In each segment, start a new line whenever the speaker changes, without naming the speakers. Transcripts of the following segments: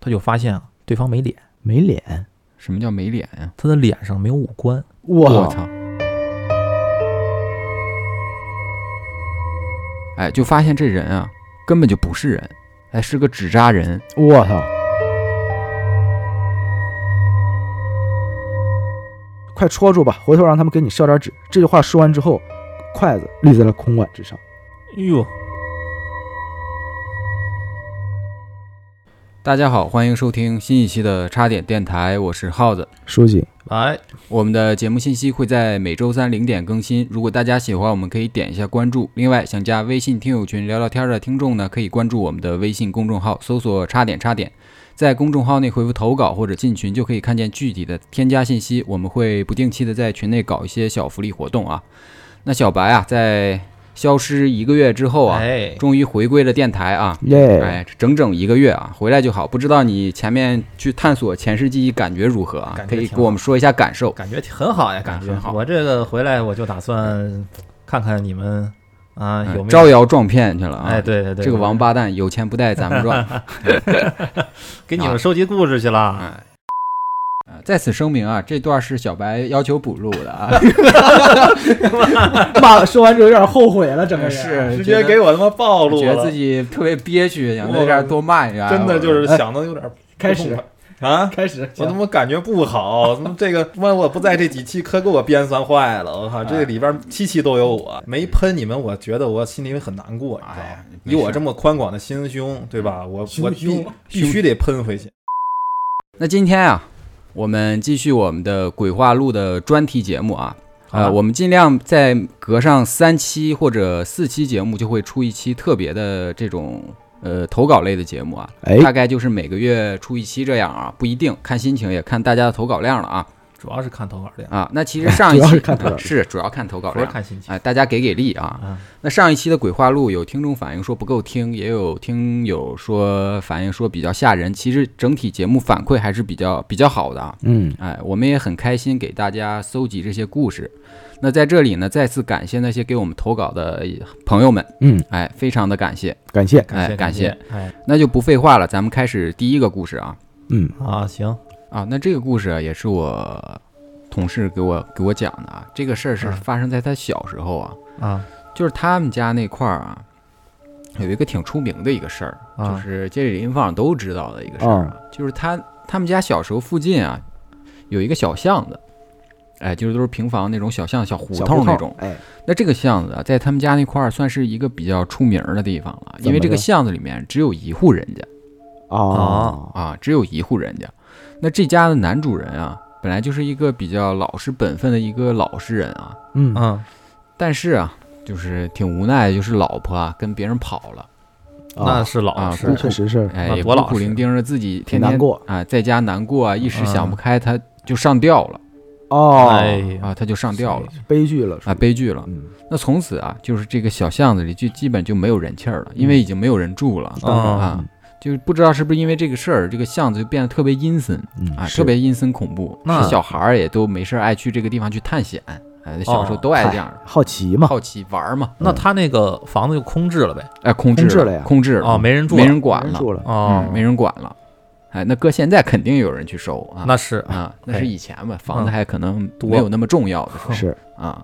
他就发现啊，对方没脸，
没脸，
什么叫没脸呀、
他的脸上没有五官。
我
我
操！哎，就发现这人啊，根本就不是人，哎，是个纸扎人。
我操！快戳住吧，回头让他们给你烧点纸。这句话说完之后，筷子立在了空碗之上。
哟，
大家好，欢迎收听新一期的插点电台，我是耗子。
书记，
来，
我们的节目信息会在每周三零点更新，如果大家喜欢，我们可以点一下关注。另外，想加微信听友群聊聊天的听众呢，可以关注我们的微信公众号，搜索“插点插点”，在公众号内回复“投稿”或者进群，就可以看见具体的添加信息。我们会不定期的在群内搞一些小福利活动啊。那小白啊，在消失一个月之后啊，
哎，
终于回归了电台啊。
耶、
哎，整整一个月啊，回来就好。不知道你前面去探索前世记忆感觉如何啊？
感觉
可以
挺
给我们说一下感受。
感觉挺很好呀，感觉
哎很好
我这个回来我就打算看看你们啊
哎
有没
招
有。
摇撞骗去了啊！
哎，对对对，
这个王
八
八蛋有钱不带咱 们赚。啊
给你们收集故事去了。
哎，呃在此声明啊，这段是小白要求补录的 啊，
骂说完之后有点后悔了，整个人啊
是
直接给我他妈暴露
觉得
了
自，己啊特别憋屈，想在这儿多骂一下。
真的就是
哎
想的有点不
开
痛
始
快啊。
开始，
我他妈感觉不好，怎 么这个万我不在这几期可给我编算坏了，我靠，这个里边七期都有我，没喷你们，我觉得我心里很难过，你知道
哎
吗
呀？没
以
事
我这么宽广的心嗯胸，对吧？我我
心
必
胸
必须得喷回去。
那今天啊，我们继续我们的鬼话录的专题节目啊。
好
呃，我们尽量在隔上三期或者四期节目，就会出一期特别的这种呃投稿类的节目啊。
哎
大概就是每个月出一期这样啊，不一定看心情，也看大家的投稿量了啊
主要是看投稿量，
啊。那其实上一
主要
期啊
是看投稿量
是主要看投稿
主要
量，
看心情
哎，大家给给力啊！
啊。
那上一期的鬼话录有听众反映说不够听，也有听友说反映说比较吓人。其实整体节目反馈还是比较比较好的啊。
嗯，
哎，我们也很开心给大家搜集这些故事。那在这里呢，再次感谢那些给我们投稿的朋友们，
嗯，
哎，非常的感谢。
感谢，
感
哎
谢
感谢，
哎
那就不废话了，咱们开始第一个故事啊
嗯，
啊行，
啊，那这个故事啊也是我同事给我给我讲的啊，这个事儿是
嗯
发生在他小时候啊，
啊
就是他们家那块儿啊，有一个挺出名的一个事儿，
嗯
啊
就是街里邻坊都知道的一个事儿啊，就是他他们家小时候附近啊有一个小巷子，哎，就是都是平房那种小巷、小胡
小
同
胡
那种。
哎，
那这个巷子啊，在他们家那块儿算是一个比较出名儿的地方了，因为这
怎么着
个巷子里面只有一户人家
哦，
啊，只有一户人家。那这家的男主人啊，本来就是一个比较老实本分的一个老实人啊，
嗯，
嗯，
但是啊，就是挺无奈的，就是老婆啊跟别人跑了。
那是老
啊
实
哦那确实是
哎，
那
也
多
孤
老
苦
实啊
伶仃着自己
挺
天天
难过
啊，在家难过啊，一时想
嗯
不开，他就上吊了
哦，
哎呀，
啊，他就上吊了
悲剧了，
啊，悲剧了。
嗯，
那从此啊，就是这个小巷子里就基本就没有人气儿了，因为已经没有人住了
嗯
啊，就不知道是不是因为这个事儿，这个巷子就变得特别阴森
嗯
啊，
是
特别阴森恐怖，
那
是小孩儿也都没事儿爱去这个地方去探险，哎，小时候
哦
都爱这样，
好奇嘛，
好奇玩儿嘛，
那他那个房子就空置了呗？
哎，控制
控制了呀
控制了
哦，没人住，
没人管
没人
了，
住了，
哦
嗯，没人管了，哎，那搁现在肯定有人去收啊，
那是
啊，那
哎
是以前吧，房子
嗯
还可能
多
没有那么重要的时候
是，
啊。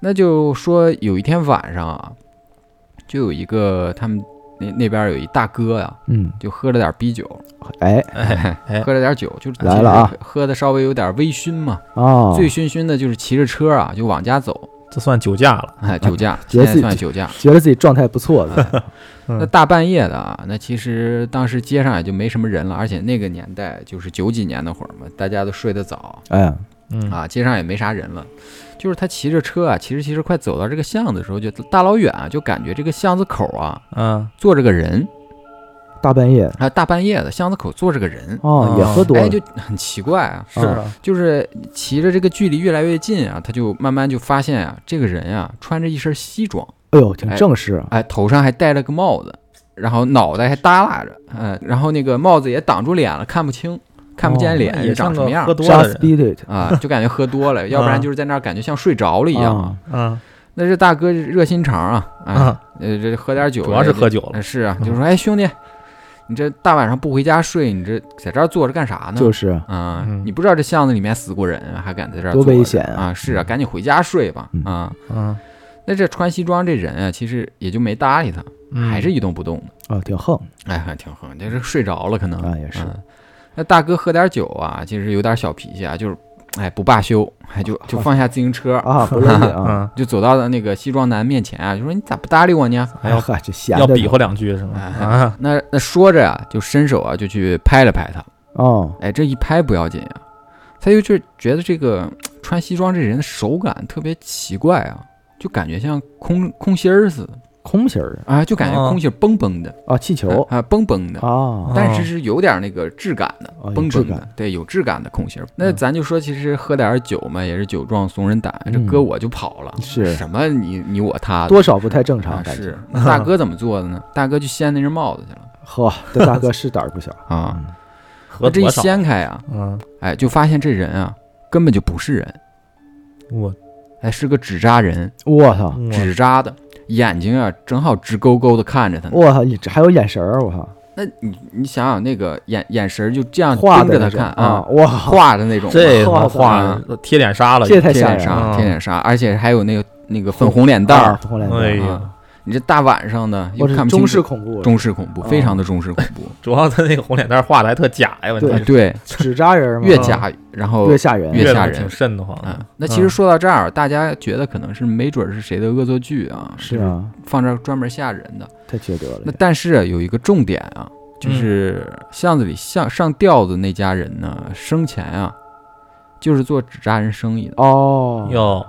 那就说有一天晚上啊，就有一个他们那那边有一大哥呀、
嗯，
就喝了点啤酒，
哎，
哎哎
喝了点酒，就是
来了啊，
喝的稍微有点微醺嘛，
哦，
啊
醉醺醺的，就是骑着车啊就往家走，
这算酒驾了。
哎，酒驾，
觉
现
得
在
自己
算酒驾。
觉得自己状态不错 的，
嗯
那大半夜的啊，那其实当时街上也就没什么人了，而且那个年代就是九几年那会儿嘛，大家都睡得早，
哎呀，
嗯
啊，街上也没啥人了。就是他骑着车啊，骑着骑着快走到这个巷子的时候，就大老远啊，就感觉这个巷子口啊
嗯，
坐着个人，
大半夜的
啊，大半夜的巷子口坐着个人，
哦，也喝多
哎，
了
就，很奇怪啊。
是啊，
就是骑着这个距离越来越近啊，他就慢慢就发现啊，这个人啊穿着一身西装，
哎呦，挺正式啊，
哎，头上还戴了个帽子，然后脑袋还耷拉着，嗯、然后那个帽子也挡住脸了，看不清，看不见
哦
脸
也
长
像
什
个
么样
喝多
杀
了的
s
人。
p i r i t
啊，就感觉喝多 了，要不然
嗯
就是在那儿感觉像睡着了一样啊。
哦
嗯
那这大哥热心肠啊，啊，
啊，
呃，这喝点酒，
主要是喝酒
呃
了。嗯
是啊，就说哎兄弟，你这大晚上不回家睡，你这在这儿坐着干啥呢？
就是是
啊、
嗯
你不知道这巷子里面死过人，啊还敢在这儿
多
坐
危
着
险啊
啊！是啊，赶紧回家睡吧
嗯
啊！
嗯，
那这穿西装这人啊，其实也就没搭理他，
嗯
还是一动不动的。
啊，挺横
哎，还挺横，就是睡着了可能。
啊，也是
嗯那大哥喝点酒啊，其实有点小脾气啊，就是哎不罢休，哎就就放下自行车，
啊，不容易 啊。
嗯，
就走到了那个西装男面前啊，就说你咋不搭理我呢？
哎呀呵，这闲
要
的
比划两句是吗？
哎
啊，
那那说着啊，就伸手啊就去拍了拍他，
哦，
哎这一拍不要紧啊，他就就觉得这个穿西装这人的手感特别奇怪啊，就感觉像空空心儿似的
空心儿
啊，就感觉空心儿蹦蹦的
啊，气球
啊蹦蹦的。
啊，
但是是有点那个质感的
哦有，
蹦
质
蹦
感嗯
的，对，有质感的空心儿。那咱就说，其实喝点儿酒嘛，也是酒壮怂人胆，这
嗯
哥我就跑了，
是
什么你你我他的
多少不太正常
啊，
感觉
是。那大哥怎么做的呢？大哥去掀那人帽子去 了
呵，这大哥是胆儿不小， 嗯
啊，
合
这一
多少？
掀开啊，
嗯，
哎，就发现这人啊根本就不是人，
我
哎，是个纸扎人，
我操，
我
纸扎的。眼睛啊，正好直勾勾的看着他呢。
我操，你这还有眼神儿，我靠，
那你你想想，那个眼眼神儿就这样
画
盯
的
着他
那种
看
啊，
啊，
哇，
画的那种嘛。
这他妈
哇
画贴脸杀了，
这太
贴
吓
脸
人了，
啊
杀，贴脸杀，而且还有那个那个粉红脸蛋
啊
儿。
红脸蛋
哎
儿，
呀，
嗯你这大晚上的又
我是
看不清
中式
楚，
恐怖，
中式恐怖，
啊
非常的中式恐怖。啊
主要他那个红脸蛋画的还特假呀，问题 是
对
对，
纸扎人嘛，
越加然后
越吓嗯人，
越
越
吓
得
人
挺瘆得慌的。
啊，那其实说到这儿，大家觉得可能是没准是谁的恶作剧啊，
是，啊，
放这儿专门吓人的。
太缺德了
那。但是啊有一个重点啊，就是
嗯
巷子里向上吊子那家人呢，生前啊就是做纸扎人生意的
哦
哟，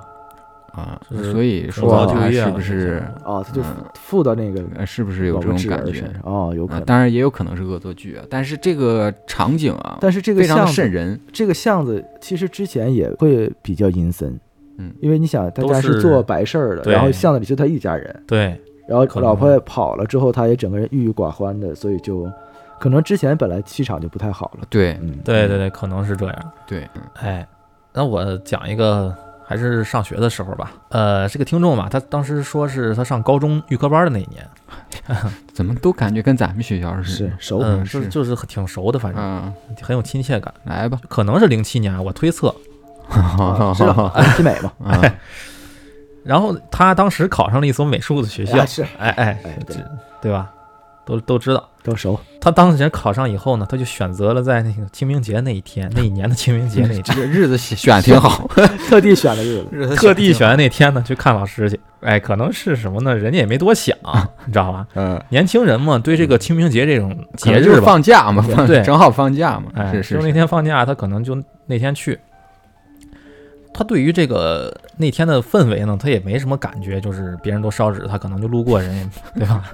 啊，
是
所以
重
说
造
他
就业啊
是不是
哦，他就
嗯
附到那个
呃是不是有
老
这种
智
感
儿
觉
身上，哦，有可
啊？
能。
当然也有可能是恶作剧啊，但是这个场景啊，
但是这个
非常的
巷
瘆
子，
人。
这个巷子其实之前也会比较阴森，
嗯
因为你想他
都
家
是
做白事儿的，
对
然后巷子里就他一家人，
对，
然后
可
老
能
婆跑了之后，他也整个人郁郁寡欢的，所以就可能之前本来气场就不太好了，
对
嗯，
对对对，可能是这样。
对，
哎，那我讲一个，还是上学的时候吧。呃，这个听众嘛，他当时说是他上高中预科班的那一年，
怎么都感觉跟咱们学校似
是
的。
熟
嗯，
哦是
就是就是挺熟的，反正
啊，
很有亲切感。
来吧，
可能是零七年，我推测。
啊 知道安琪美嘛，
啊
然后他当时考上了一所美术的学校
啊，是
哎哎
哎，对
这对吧？都都知道。
都熟，
他当时考上以后呢，他就选择了在那个清明节那一天，那一年的清明节那一
这
天，
个日子选选挺好，
特地选的日子，
日子
特地
挺好
选的那天呢去看老师去。哎，可能是什么呢？人家也没多想，啊 你知道吧？
嗯，
年轻人嘛，对这个清明节这种
可
节
能就
日
是
吧，
放假嘛，放
对
正好放假嘛，
哎，
嗯是
就是那
是，
天放假，他可能就那天去。他对于这个那天的氛围呢，他也没什么感觉，就是别人都烧纸，他可能就路过人也，对吧？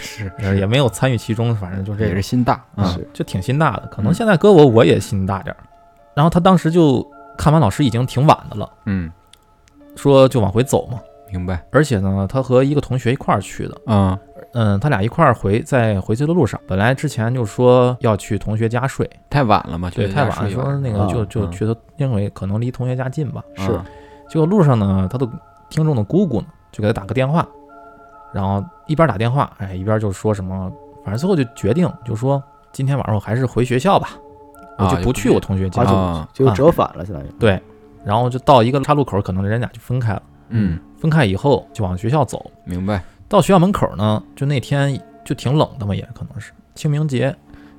是
也没有参与其中，反正就这
也
个
是心大啊，
是
就挺心大的。可能现在搁我，我也心大点儿。然后他当时就看完老师已经挺晚的了，
嗯，
说就往回走嘛。
明白
而且呢，他和一个同学一块儿去的，
啊，
嗯，他俩一块儿回，在回去的路上，本来之前就说要去同学家睡，
太晚了嘛，
对，
觉得
太晚
家
了，
睡
说那个
啊
就就
嗯
去他，因为可能离同学家近吧。
是
啊
结果路上呢，他的听众的姑姑呢，就给他打个电话，然后一边打电话，哎，一边就说什么，反正最后就决定，就说今天晚上我还是回学校吧，我
啊
就不去我同学家。
啊就
啊，
就折返了，相当于
对，然后就到一个岔路口，可能人俩就分开了。
嗯，
分开以后就往学校走，
明白，
到学校门口呢，就那天就挺冷的嘛，也可能是清明节，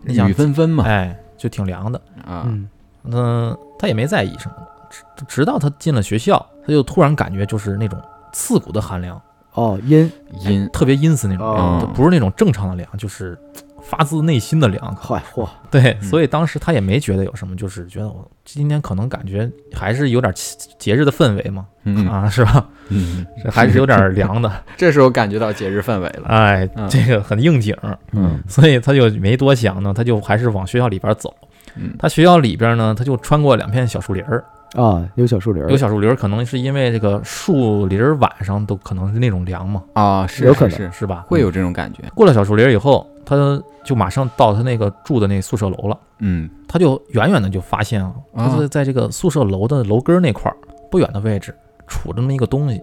你想
雨纷纷嘛，
哎，就挺凉的。
啊，
嗯，
嗯，他也没在意什么的，直直到他进了学校，他就突然感觉就是那种刺骨的寒凉，
哦，阴
阴
特别阴森那种凉，
哦
就不是那种正常的凉，就是发自内心的凉。
坏嚯，
对，
嗯
所以当时他也没觉得有什么，就是觉得我今天可能感觉还是有点节节日的氛围嘛，
嗯
啊，是吧？
嗯，
这还是有点凉 的，
这时候感觉到节日氛围了，
哎
嗯，
这个很应景，
嗯
所以他就没多想呢，他就还是往学校里边走。
嗯
他学校里边呢，他就穿过两片小树林儿，
啊，有小
嗯
树林儿，
有小树林儿，可能是因为这个树林儿晚上都可能是那种凉嘛，
啊，是
有可能
是是
是吧？嗯
会有这种感觉，
过了小树林儿以后，他就马上到他那个住的那宿舍楼了。
嗯，
他就远远的就发现啊，
啊
他是在这个宿舍楼的楼根儿那块儿不远的位置杵着那么一个东西，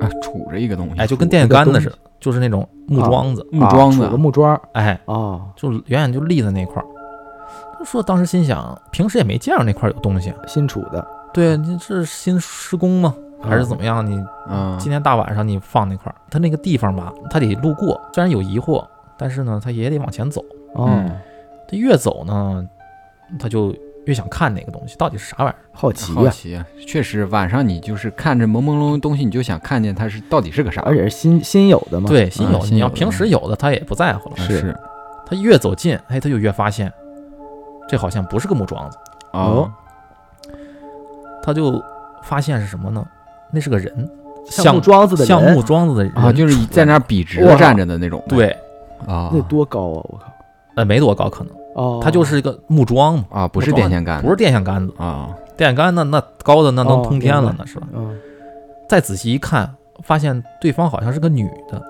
啊，杵着一个东西，
哎，就跟电线杆子似的，就是那种木
哎啊
桩子，
木桩
杵
子
个木桩儿
哎，
哦，
就远远就立在那块儿。他说当时心想，平时也没见着那块儿有东西啊，
新杵的，
对，你这是新施工吗？
啊
还是怎么样？你
嗯，
今天大晚上你放那块儿，他那个地方吧，他得路过，虽然有疑惑，但是呢，他也得往前走。
哦，
他越走呢，他就越想看那个东西到底是啥玩意儿。
好奇
好
呀，
奇啊，确实晚上你就是看着朦朦胧胧的东西，你就想看见它是到底是个啥，
而且是新新有的嘛，，
对，新有
嗯
的，
新
你
有
要
的
平时有的他也不在乎了。
啊
是
是
他越走近，哎，他就越发现，这好像不是个木桩子，
哦，
他就发现是什么呢？那是个人，
像木桩子的
像
人
木桩子的人
啊，就是在那儿笔直
哇
的站着的那种，
对，
啊，
那多高啊，我靠，
呃，没多高，可能
哦，
它就是一个木桩嘛，
啊，不是电线杆，
不是电线杆子，
啊，
电线杆那那高的那能
哦
通天了
明，白
那是吧？
嗯，
再仔细一看，发现对方好像是个女的，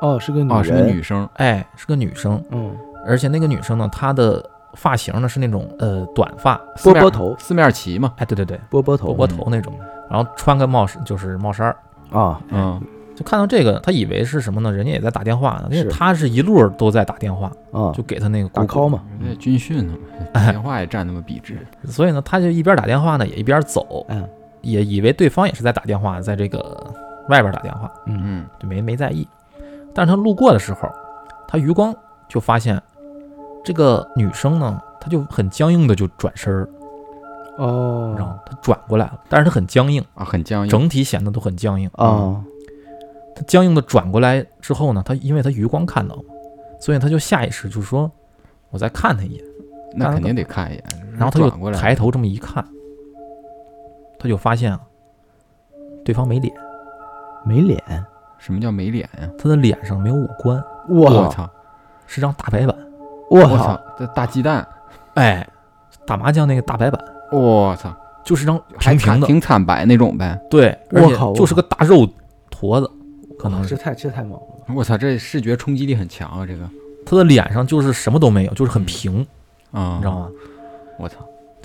哦，是个女
啊，是个
人，
女生，
哎，是个女生，
嗯，
而且那个女生呢，她的发型呢是那种呃短发，
波
四面
波头，
四面旗嘛，
哎，对对对，
波波头，
波波头那种，然后穿个帽衫就是帽衫儿，
啊，
嗯
就看到这个，他以为是什么呢？人家也在打电话呢，因
是
为他是一路都在打电话，
啊，
就给他那个
打 call
嘛，
嘛，
那哎军 训呢嘛，电话也站那么笔直，
所以呢，他就一边打电话呢，也一边走，
嗯
也以为对方也是在打电话，在这个外边打电话，
嗯，
嗯，
就没没在意。但是他路过的时候，他余光就发现这个女生呢，她就很僵硬的就转身儿，
哦，哎
然后她转过来了，但是她很僵硬，
啊，很僵硬，
整体显得都很僵硬。
啊，
嗯她僵硬的转过来之后呢，她因为她余光看到嘛，所以她就下意识就说：“我再看她一眼。”
那肯定得看一眼，
然后他
嗯转过
就
来，
抬头这么一看，他就发现啊，对方没脸，
没脸，
什么叫没脸呀？
他的脸上没有五官，
我
我
操，
是张大白板，
我
我操，，这大鸡蛋，
哎，打麻将那个大白板，
我操，
就是张
还
平平
惨
的，
挺惨白那种呗，
对，
我
而且
靠我
就是个大肉坨子，可
哦
能
这
是
太这太猛了，
我操，这视觉冲击力很强啊，这个
他的脸上就是什么都没有，就是很平，
啊，
你知道吗？
我操，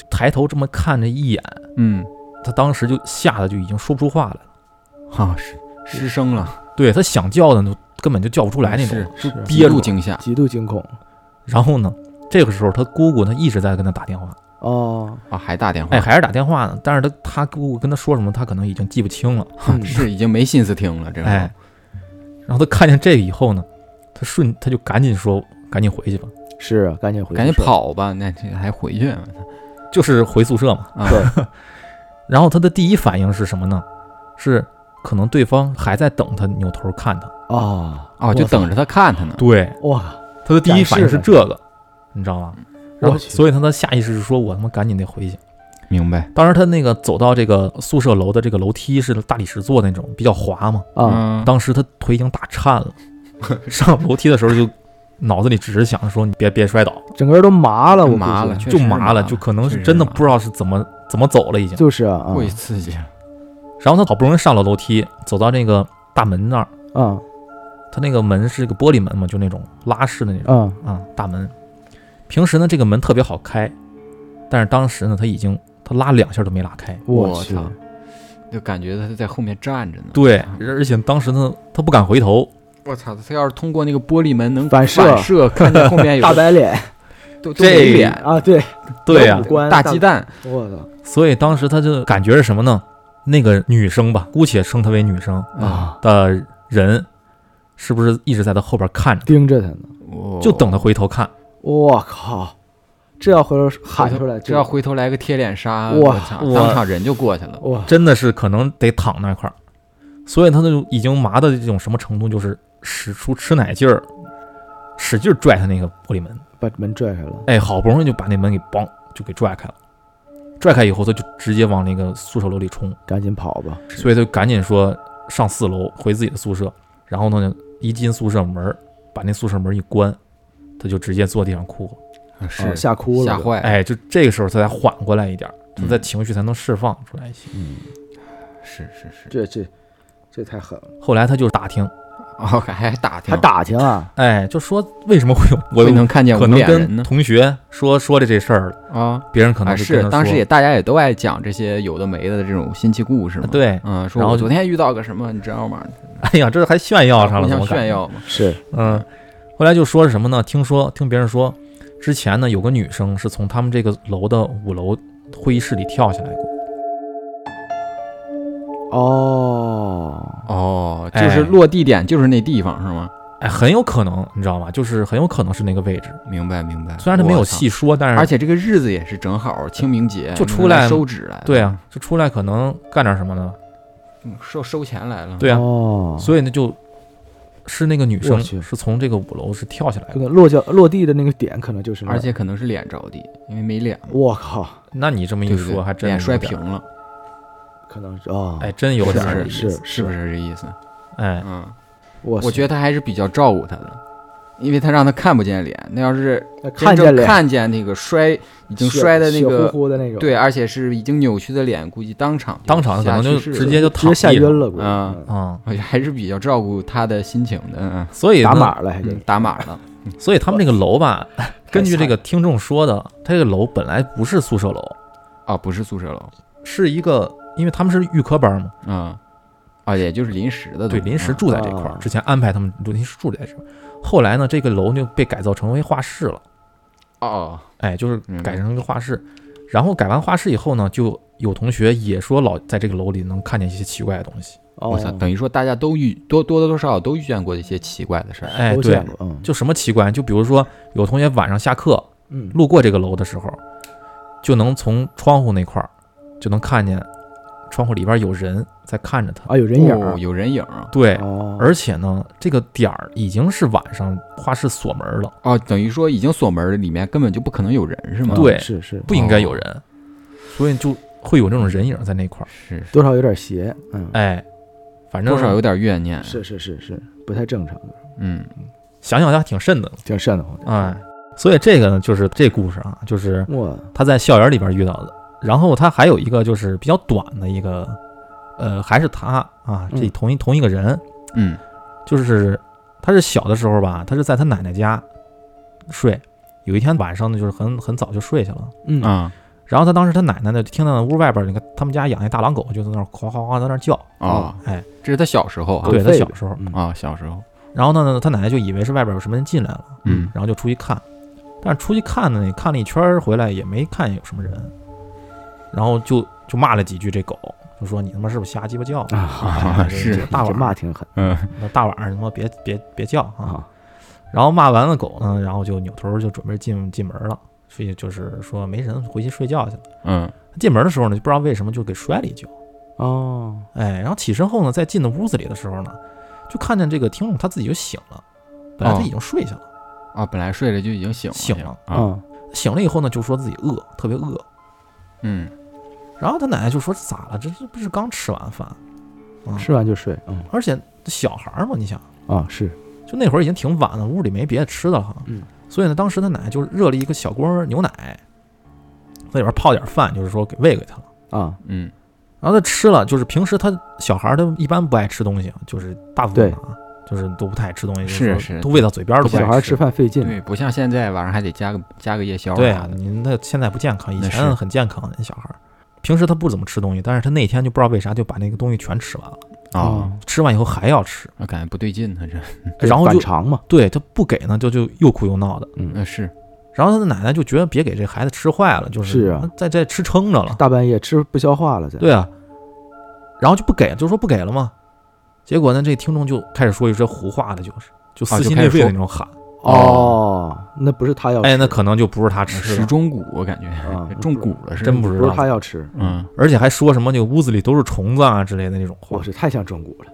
抬头这么看这一眼，
嗯，
他当时就吓得就已经说不出话来了，
哈啊失失声了，
对他想叫的呢，根本就叫不出来那种，
是
是
憋
住
住
惊吓
极度惊恐，
然后呢，这个时候他姑姑她一直在跟他打电话。
哦，
啊，还打电话
哎，，还是打电话呢，但是他他姑姑跟他说什么，他可能已经记不清了。
嗯
啊 是已经没心思听了，这个
哎，然后他看见这个以后呢，他瞬他就赶紧说，赶紧回去吧，
是啊，赶紧回，
赶紧，跑吧，那这还回去我操
就是回宿舍嘛。
啊？
对，
然后他的第一反应是什么呢？是可能对方还在等他扭头看他。
啊，
哦，就等着他看他呢，
对，
哇，
他的第一反应是
展示
这个，你知道吗？然后，
我去
所以他的下意识是说，我他妈赶紧得回去。
明白？
当时他那个走到这个宿舍楼的这个楼梯是大理石做那种，比较滑嘛。
啊，
嗯，
当时他腿已经打颤了，上楼梯的时候就脑子里只是想说你别别摔倒，
整个人都麻了，我估计
麻了，啊确
就
实
麻了，
了，
就可能
确
是
实
真的
麻
不知道是怎么怎么走了已经。
就是啊，啊
过于刺激了，
然后他好不容易上了楼梯，走到那个大门那儿，
啊
他那个门是一个玻璃门嘛，就那种拉式的那种
啊，
啊、大门。平时呢这个门特别好开，但是当时呢他已经他拉两下都没拉开，
我
去，
操，就感觉他在后面站着呢。
对，而且当时呢他不敢回头，
我操，他要是通过那个玻璃门能
反射
射，看见后面有
大白 脸
都都没
这
脸，
啊，对
对呀、
五官
大鸡，蛋，
我操
所以当时他就感觉是什么呢？那个女生吧，姑且称她为女生，
嗯
啊，
的人，是不是一直在他后边看着，
盯着他呢，
我
就等他回头看？
我靠，这要回头
回
喊
头
出来，
这要回头来个贴脸杀，
哇
我操，
我
当场人就过去了。
哇，
真的是可能得躺那块儿，所以他就已经麻的这种什么程度，就是使出吃奶劲儿，使劲拽他那个玻璃门，
把门拽开了，
哎，好不容易就把那门给梆就给拽开了。拽开以后，他就直接往那个宿舍楼里冲，
赶紧跑吧，
所以他就赶紧说上四楼回自己的宿舍，然后呢，一进宿舍门儿，把那宿舍门一关，他就直接坐地上哭了。
啊
啊
是
吓哭
吓
了，
坏了，
哎，就这个时候他才缓过来一点儿，他
嗯
的情绪才能释放出来一些。
嗯，
是是是，
这这这太狠了，
后来他就打听，
哦还还打听，
还打听 啊，
哎，就说为什么会有
我
我
能看见无
可能
脸人
跟
呢
同学说说的这事儿了，
啊。
别人可
啊，
能就跟
是
他
当时
说
也大家也都爱讲这些有的没的这种新奇故事嘛。
啊对
嗯，说
然
我
后
昨天遇到个什么，你知道吗？
哎呀，这还炫耀上了，
互
怎
相
么感
炫
觉？
耀嘛。
是
嗯，后来就说是什么呢？听说听别人说，之前呢有个女生是从他们这个楼的五楼会议室里跳下来过。
哦，
哦，就
哎
是落地点就是那地方是吗？
哎，很有可能，你知道吗？就是很有可能是那个位置，
明白明白。
虽然他没有
我操
细，说，但是
而且这个日子也是正好清明节，
就出
你们
来
收纸来了。
对啊，这出来可能干点什么呢？
嗯，收收钱来了。
对啊，
哦，
所以呢就是那个女
我
生
去
是从这个五楼是跳下来
这
的。
个落脚落地的那个点可能就是那儿，
而且可能是脸着地，因为没脸嘛，
我靠，
那你这么
对
一
不对
说，还真
脸
有
哎摔
点
平
儿，
了，
可能是哦，
哎，真有
是
点
不
儿
是
意思
是
是不是这意思？
哎，
嗯，
我
我觉得他还是比较照顾他的，因为他让他看不见脸，那要是
得
真
看
正
见脸
看见那个摔已
已
经摔的那
血
个
乎乎的那种，
对，啊而且是已经扭曲的脸，估计当场
当场可能就
下去世
直
了
接就
直
躺
接吓
地上
晕了，估计
嗯
嗯
啊、
我觉得还是比较照顾他的心情的，嗯
所以呢
打码了还
嗯
真，
打码了，
所以他们这个楼吧，根据
太
这
惨
个听众说的，他这个楼本来不是宿舍楼，
啊，不是宿舍楼，
是一个，因为他们是预科班嘛，
嗯，啊，也就是临时的东西，嗯
对，临时住在这块儿
啊，
之前安排他们临时住在这儿。后来呢，这个楼就被改造成为画室了，
嗯哦，
哎，就是
嗯
明白
改成一个画室。然后改完画室以后呢，就有同学也说老在这个楼里能看见一些奇怪的东西，
哦
我操，等于说大家都遇多多多少少都遇见过一些奇怪的事儿，
哎，
都
对
见，过，嗯
就什么奇怪，就比如说有同学晚上下课
嗯，
路过这个楼的时候，就能从窗户那块儿就能看见窗户里边有人在看着他。
啊有人影
哦
儿，
有人影儿，
对，
哦，
而且呢，这个点儿已经是晚上画室锁门了，
哦，等于说已经锁门儿，里面根本就不可能有人是吗？
对
嗯是是
不应该有人，哦所以就会有这种人影在那块儿。
是
多少有点邪，嗯，
哎，反正
多少有点怨念，
是是是是不太正常的，
嗯，
想想还挺瘆的，
挺瘆得慌的，
哎，所以这个呢，就是这故事啊，就是
我
他在校园里边遇到的。然后他还有一个就是比较短的一个，呃，还是他啊，这
嗯
同一同一个人，
嗯，
就是他是小的时候吧，他是在他奶奶家睡。有一天晚上呢，就是很很早就睡去了。
嗯
啊，
然后他当时他奶奶呢，就听到屋外边那个他们家养一大狼狗，就在那儿哗哗哗在那儿叫。
哦，
哎，
这是他小时候啊，
对他
吠
小
呗
时候。
嗯
啊，小时候，
然后呢，他奶奶就以为是外边有什么人进来了，
嗯
然后就出去看。但是出去看呢，也看了一圈儿回来也没看见有什么人，然后就就骂了几句这狗，就说你他妈是不是瞎鸡巴叫？
啊，
哎
是
这大
这
晚
骂挺狠
嗯，
那大晚上他妈别别别叫啊！
啊，
然后骂完了狗呢，然后就扭头就准备进进门了，所以就是说没人，回去睡觉去了。
嗯，
进门的时候呢，就不知道为什么就给摔了一跤，
哦，
哎，然后起身后呢，在进到屋子里的时候呢，就看见这个听众他自己就醒了，本来他已经睡下了，
啊，本来睡了就已经醒了，
醒了哦
啊，
嗯，
醒了以后呢，就说自己饿，特别饿，
嗯，
然后他奶奶就说咋了？这这不是刚吃完饭，啊
吃完就睡，嗯
而且小孩儿嘛，你想，
啊是，
就那会儿已经挺晚了，屋里没别的吃的了哈。
嗯。
所以呢，当时他奶奶就热了一个小锅儿牛奶，在里边泡点饭，就是说给喂给他了。
啊，
嗯，
然后他吃了，就是平时他小孩儿他一般不爱吃东西，就是大部分啊，就是都不太爱吃东西，
是
就是说都喂到嘴边儿都不
小
爱
孩儿吃饭费劲，
对，不像现在晚上还得加个加个夜宵，
对啊，，你那现在不健康，以
那是
前很健康，那小孩儿平时他不怎么吃东西，但是他那天就不知道为啥就把那个东西全吃完了，
嗯
啊，
吃完以后还要吃，
我感觉不对劲，他这，
这
然后
反
就
常嘛，
对他不给呢，就就又哭又闹的。
嗯，
那是，
然后他的奶奶就觉得别给这孩子吃坏了，就是
是啊，
在这吃撑着了，
啊
大半夜吃不消化了再，
对啊，然后就不给，就说不给了嘛。结果呢，这听众就开始说一些胡话了，就是就
啊
撕
就
心
开
裂
始
肺的
说
那种喊。
哦，那不是他要吃，
哎，那可能就不是他吃
时
的，
钟鼓，我感觉
啊
哎中蛊了，是
真不知
不是他
道。
要吃，
嗯
而且还说什么那个屋子里都是虫子啊之类的那种话
我，是太像中蛊了，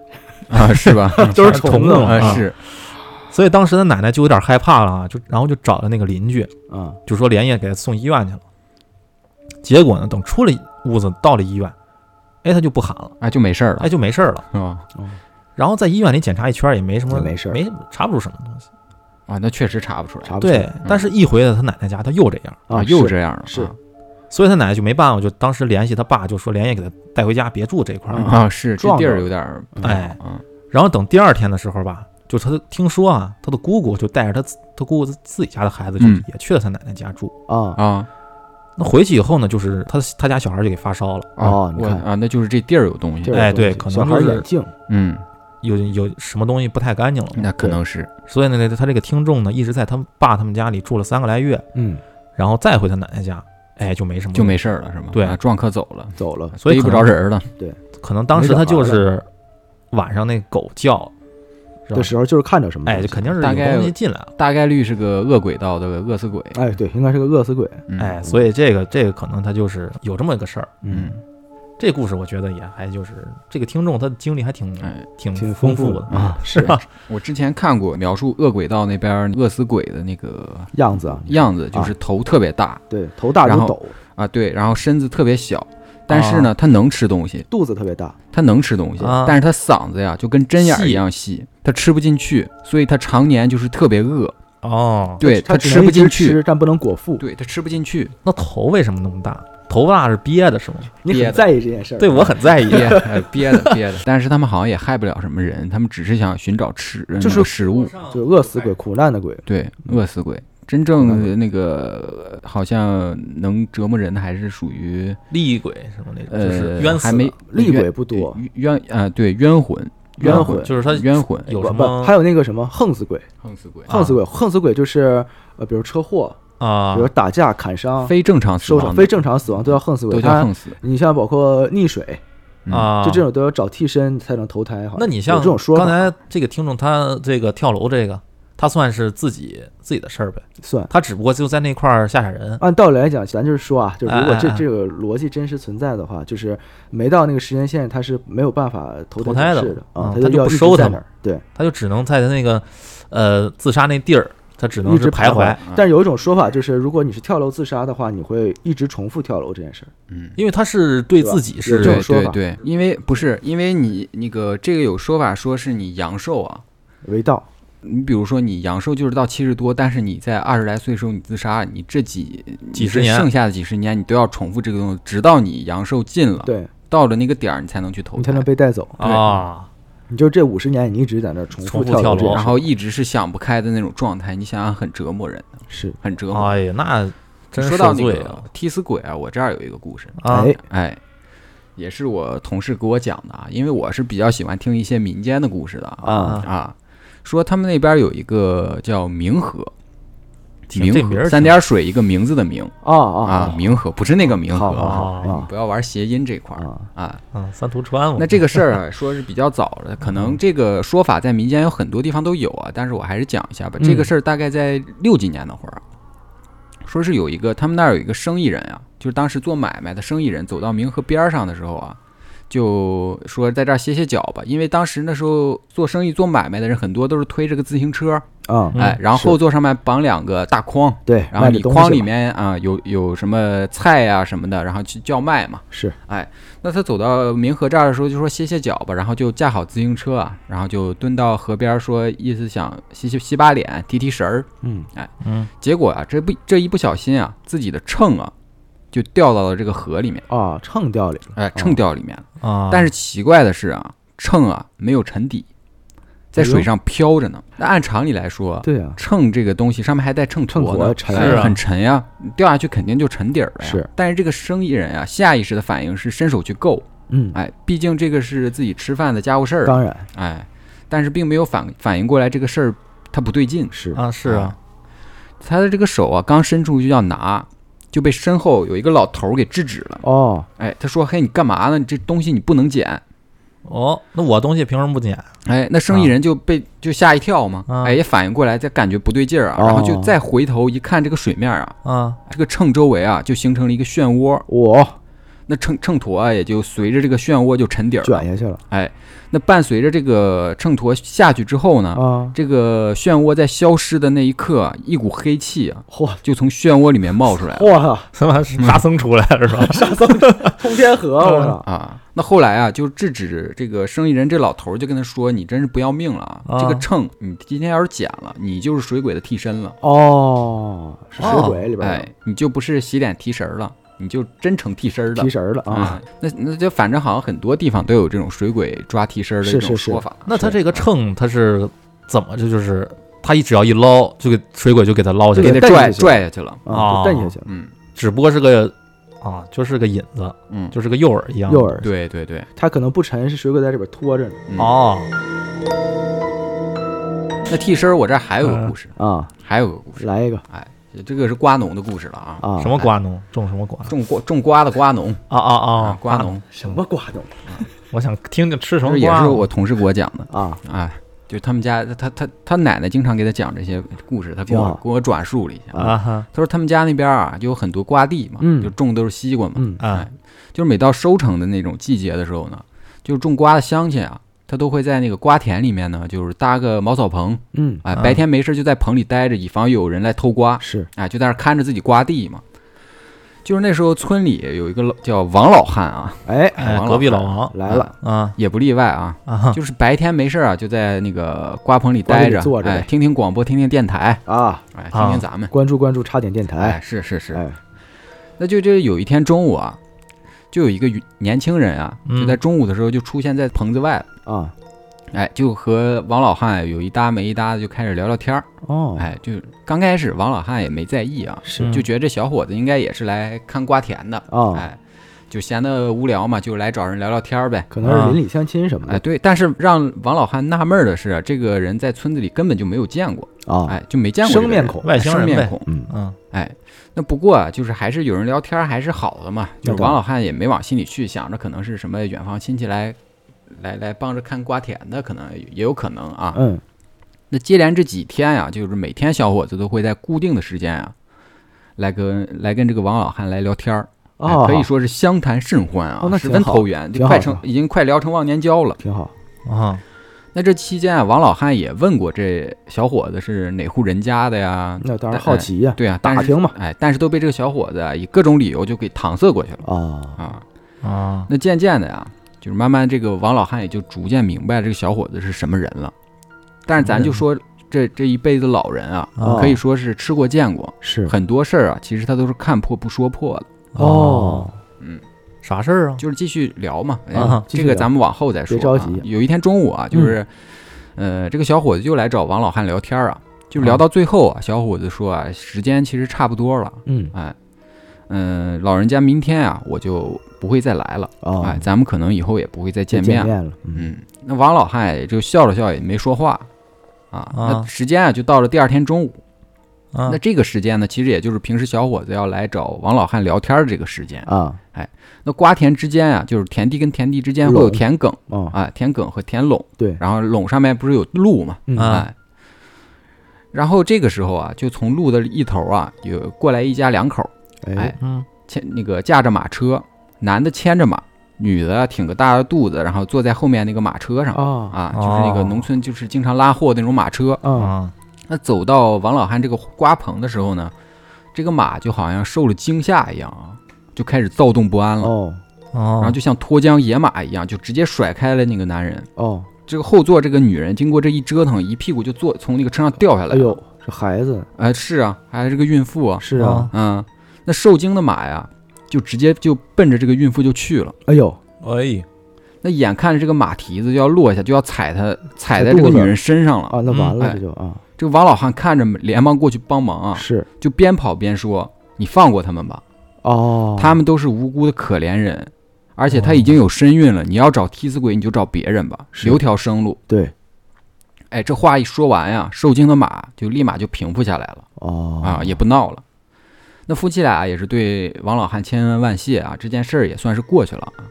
啊，是 吧？
都是
虫
虫
子
子
嘛
嘛，
啊，
啊
是，
所以当时他奶奶就有点害怕了啊，就然后就找了那个邻居，
啊，
就说连夜给他送医院去了。结果呢，等出了屋子，到了医院，哎，他就不喊了，
啊，就没事儿了
哎，，就没事儿了。
啊
然后在医院里检查一圈儿也没什么，
也没事儿
没查不出什么东西。
啊，那确实查不出来
查不嗯出
对
来，
但是一回到他奶奶家，他又这样，
啊，
又
是
这样了，
是
所以他奶奶就没办法，就当时联系他爸，就说连夜给他带回家，别住这块儿。
嗯
啊，是这
撞
地
着
儿
了
有点儿不
哎
太好啊，
然后等第二天的时候吧，就他听说啊，他的姑姑就带着他自他姑姑自己家的孩子，就
嗯
也去了他奶奶家住。
啊，
啊。
那回去以后呢，就是他他家小孩就给发烧了，
哦你
啊我
看
啊，那就是这地儿有东西
地。儿
哎
有东
对
西
可能
小孩儿
就是
眼镜
嗯，
有有什么东西不太干净了，
那可
对
能是
所以呢，他这个听众呢一直在他爸他们家里住了三个来月，
嗯，
然后再回他奶奶家，哎，就没什么，
就没事儿了，是吗？
对
啊撞客走了，
走了，
所以
逮
可
不
能
着人儿了。
可能当时他就是晚上那狗叫，是吧
的？时候就是看着什么
哎，
东
就
西，
肯定是
嗯大概
有东西进来了，
大概率是个恶鬼道的饿死鬼。
哎，对，应该是个饿死鬼，
嗯、
哎，所以这个这个可能他就是有这么一个事儿。
嗯，
这故事我觉得也还就是这个听众他的经历还挺
哎
挺
挺
丰
丰
富
富
的
的嗯
啊，
是
吧？
我之前看过描述恶鬼道那边饿死鬼的那个
样子啊，
样子，就是头特别大
对，头大
然
如
后
斗，
啊，对，然后身子特别小，但是呢，他能吃东西，
肚子特别大，
他能吃东西，
啊
但是他嗓子呀就跟针眼儿
细
一样细，他吃不进去，所以他常年就是特别饿，
哦，
对
他只
吃
能
不
一直
进去，
吃，但不能果腹。
对他吃不进去，
那头为什么那么大？头发是憋的是吗？
你
憋的
很在意这件事儿，
对我很在意。
憋哎憋的憋的，但是他们好像也害不了什么人，他们只是想寻找吃呃那
就是
个食物，
就是饿死鬼、苦难的鬼，
对，饿死鬼。真正那个好像能折磨人的还是属于
厉鬼什么那种，
呃，
就是冤死
还没
了
厉
冤
鬼不多，
对冤啊、对冤魂，
冤
魂，
魂哎
就是他
冤魂，
有
不
什
不，
么
还有那个什么横死鬼，
横死鬼
啊
横死鬼，横死鬼就是呃，比如车祸，
啊
比如打架、砍伤、
非正常死
啊受
亡
伤，
的
非正常死亡都叫横死鬼。
都叫
他
横死。
你像包括溺水，
啊，
就这种都要找替身才能投胎，好像
那你
有
像
这种说
刚
法
才这个听众，他这个跳楼这个，他算是自己自己的事儿呗，
算。
他只不过就在那块儿吓吓人。
按道理来讲，咱就是说啊，就如果这
哎哎哎
这个逻辑真实存在的话，就是没到那个时间线，他是没有办法投
投胎的
转世
嗯
啊，
他
他
就
要
不
一直
收他
在
们
那儿，对，
他就只能在他那个呃自杀那地儿，他只能
一
是
直
徘徊，啊
但有一种说法就是，如果你是跳楼自杀的话，你会一直重复跳楼这件事儿。
嗯，
因为他是对
对吧
自己
有
是
这种
对
说
对
法
对，因为不是因为你那个这个有说法说是你阳寿啊，
为道，
你比如说你阳寿就是到七十多，但是你在二十来岁时候你自杀，你这几
几十
你这
年
剩下的几十年你都要重复这个东西，直到你阳寿尽了，
对
到了那个点儿你才能去投
你
胎
才能。被带走。
啊，
你就这五十年，你一直在那儿重
重
复
复跳
楼这
楼
件
然
事儿，
后一直是想不开的那种状态，你想想很折磨人，
是，
很折磨。
哎呀，那真
说
受
到那
罪
个替死鬼啊，我这儿有一个故事，
啊
哎，
哎，也是我同事给我讲的啊，因为我是比较喜欢听一些民间的故事的啊
啊
啊，
啊，说他们那边有一个叫明河，
挺
明
这名儿
河三
挺
点水一个名字的明
啊
啊，
啊
明河不是那个明河
好好
啊，
好
啊
啊
不要玩谐音这块儿
啊，
啊。
啊，三途川
嗯
嘛
那这个事儿啊， 说是比较早的，可能这个说法在民间有很多地方都有啊，但是我还是讲一下吧。这个
嗯
事儿大概在六几年那会儿啊，说是有一个他们那儿有一个生意人啊，就是当时做买卖的生意人，走到明河边儿上的时候啊，就说在这儿歇歇脚吧，因为当时那时候做生意做买卖的人很多都是推着个自行车，
啊
嗯，
哎，然后
是
后座上面绑两个大筐。
对，
然后
卖
你
的东
筐
西
里
嘛
面啊有有什么菜呀、什么的，然后去叫卖嘛。
是
那他走到明河这儿的时候，就说歇歇脚吧，然后就架好自行车啊，然后就蹲到河边，说意思想洗洗洗把脸、提提神儿。
嗯
嗯
结果啊，这不这一不小心啊，自己的秤啊就掉到了这个河里面，
啊，秤掉里
哎，秤掉里面了。
啊，
但是奇怪的是啊，秤啊没有沉底，在水上飘着呢。那按常理来说，
对啊，
秤这个东西上面还带秤砣
秤
呢
砣，沉
哎
是啊
很沉呀、掉下去肯定就沉底儿了呀。
是，
但是这个生意人啊，下意识的反应是伸手去够。
嗯，
哎，毕竟这个是自己吃饭的家务事儿啊，
当然
哎，但是并没有反反应过来这个事儿它不对劲，哎
是
啊是啊，
他的这个手啊刚伸出去要拿，就被身后有一个老头儿给制止了。
哦，
哎，他说：“嘿，你干嘛呢？你这东西你不能捡。
哦，那我东西凭什么不捡？”
哎，那生意人就被就吓一跳嘛，
啊
哎也反应过来，再感觉不对劲儿啊，
哦
然后就再回头一看这个水面啊，
啊
这个秤周围啊就形成了一个漩涡，
我
那秤秤砣啊也就随着这个漩涡就沉底儿了
卷。下去了
哎，那伴随着这个秤砣下去之
哦
后呢，
啊，
这个漩涡在消失的那一刻啊，一股黑气啊，
嚯
就从漩涡里面冒出来了
嚯啊，
他妈是沙僧出来了是吧？
通天河，我操，
啊。那后来啊，就制止这个生意人这老头儿就跟他说：“你真是不要命了啊！
啊
这个秤你今天要是捡了，你就是水鬼的替身了，
哦，是水
哦
鬼里边
哎
儿，
你就不是洗脸提神儿了，你就真成替身儿
的
了。
提神儿了啊，
啊，那那就反正好像很多地方都有这种水鬼抓替身儿的这
是
种
是是
说法。
那他这个秤他是怎么这就是他一只要一捞就给水鬼就给他捞起
给
来，
他
对带
拽
进去
拽下去了。
哦
啊，就蹬下去了。
嗯
只不过是个啊就是个引子，
嗯，
就是个诱饵一样的。
诱饵，
对对对，
他可能不沉，是水鬼在这边拖着呢。
嗯
哦，
那替身儿我这儿还有个故事，
啊，
还有个故事，
来一个
这个是瓜农的故事了啊，
啊，
什么瓜农种什么瓜
种瓜种瓜的瓜农
啊啊啊
啊，瓜农，
什么瓜农
我想听听吃什
这
么
是
瓜。
也是我同事给我讲的。
啊？
哎，就他们家，他他他奶奶经常给他讲这些故事，他给
挺
我
好
给我转述了一下。
啊哈
他说他们家那边啊，就有很多瓜地嘛，
嗯
就种的都是西瓜嘛。
嗯
啊
哎，就是每到收成的那种季节的时候呢，就是种瓜的乡亲啊，他都会在那个瓜田里面呢，就是搭个茅草棚，
嗯，
哎，
啊
白天没事就在棚里待着，以防有人来偷瓜，
是
哎，就在那儿看着自己瓜地嘛。就是那时候村里有一个老叫王老汉啊，
哎
哎，
王
隔壁
老
老
汉
王
来了，
啊
也不例外啊，
啊哈
就是白天没事儿啊，就在那个瓜棚里待
嗯瓜地里坐着呗
哎，听听广播，听听电台，
啊，
哎，听听咱们，
关注关注差点电
哎，
台，
是是是。
哎
那就这有一天中午啊，就有一个年轻人啊，
嗯
就在中午的时候就出现在棚子外了，
啊
哎，就和王老汉有一搭没一搭的就开始聊聊天儿，
哦，
哎，就刚开始王老汉也没在意啊，
是
嗯
就觉得这小伙子应该也是来看瓜田的，
啊，
哎，就闲得无聊嘛，就来找人聊聊天儿呗。
可能是邻里相亲什么
哎，
的
对，但是让王老汉纳闷儿的是，啊这个人在村子里根本就没有见过，
啊，
哎，就没见过这
生
个
面
人哎
孔，
外星
生
人
面
呗，
孔。
嗯
嗯
哎，那不过啊，就是还是有人聊天儿还是好的嘛，
那
就是
当然
王老汉也没往心里去，想着可能是什么远方亲戚来来来帮着看瓜田的，可能也有可能啊。
嗯
那接连这几天呀、就是每天小伙子都会在固定的时间啊，来跟来跟这个王老汉来聊天儿、
哦，
哎可以说是相谈甚欢啊，
哦那
十
挺
分
好
投缘，就
挺
快
好
成
的
已经快聊成忘年交了。
挺好
啊
那这期间啊，王老汉也问过这小伙子是哪户人家的呀？
那当然好奇呀，
对啊，但
打
是
听嘛
哎，但是都被这个小伙子啊以各种理由就给搪塞过去了
啊，
啊。
啊
那渐渐的呀，就是慢慢这个王老汉也就逐渐明白这个小伙子是什么人了。但是咱就说这这一辈子老人啊，
哦
可以说是吃过见过，
是
很多事儿啊，其实他都是看破不说破的。
哦，
嗯，
啥事儿啊？
就是继续聊嘛，哎
啊
继续
这个
聊
咱们往后再说、啊。
别着急嗯
有一天中午啊，就是，呃，这个小伙子就来找王老汉聊天啊，就聊到最后啊，小伙子说啊，时间其实差不多了，
嗯
哎，嗯、老人家明天啊，我就不会再来了，
啊
哎，，咱们可能以后也不会再见面
见
了。
面了，嗯
嗯，那王老汉也就笑了笑，也没说话。啊，那
啊
时间啊就到了第二天中午。
啊
那这个时间呢，其实也就是平时小伙子要来找王老汉聊天的这个时间。
啊
那瓜田之间啊，就是田地跟田地之间会有
垄
田埂
哦
啊，田埂和田垄。
对
然后垄上面不是有路嘛？
嗯
啊
哎，然后这个时候啊，就从路的一头啊，有过来一家两口，
哎
哎
嗯
牵那个驾着马车，男的牵着马，女的啊挺个大的肚子，然后坐在后面那个马车上
啊
啊，就是那个
哦
农村就是经常拉货的那种马车。
啊
啊
那走到王老汉这个瓜棚的时候呢，这个马就好像受了惊吓一样啊，就开始躁动不安了，
哦
哦，
然后就像脱缰野马一样，就直接甩开了那个男人。
哦，
这个后座这个女人经过这一折腾，一屁股就坐从那个车上掉下来。
哎呦，，这孩子
哎，是啊，还是个孕妇啊，
是啊，
嗯，那受惊的马呀，就直接就奔着这个孕妇就去了。
哎呦，
哎
那眼看着这个马蹄子就要落下，就要踩它，踩在这个女人身上了。
啊，那完
嗯
了
哎
这就啊，
这个王老汉看着，连忙过去帮忙啊，
是
就边跑边说：“你放过他们吧，
哦，
他们都是无辜的可怜人，而且他已经有身孕了，你要找替死鬼你就找别人吧，
啊是
留条生路。
对”
哎，这话一说完呀，受惊的马就立马就平复下来了
哦
啊，也不闹了。那夫妻俩也是对王老汉千恩万谢啊，这件事儿也算是过去了啊。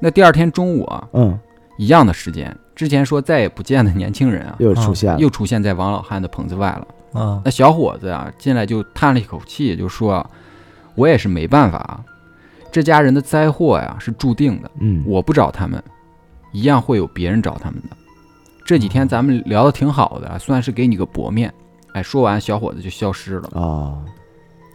那第二天中午啊，
嗯
一样的时间，之前说再也不见的年轻人啊，
又出现了
又出现在王老汉的棚子外了。
啊
那小伙子啊，进来就叹了一口气，就说：“我也是没办法啊，这家人的灾祸呀、是注定的，
嗯
我不找他们，一样会有别人找他们的。这几天咱们聊得挺好的，算是给你个薄面。”哎，说完，小伙子就消失了。
啊，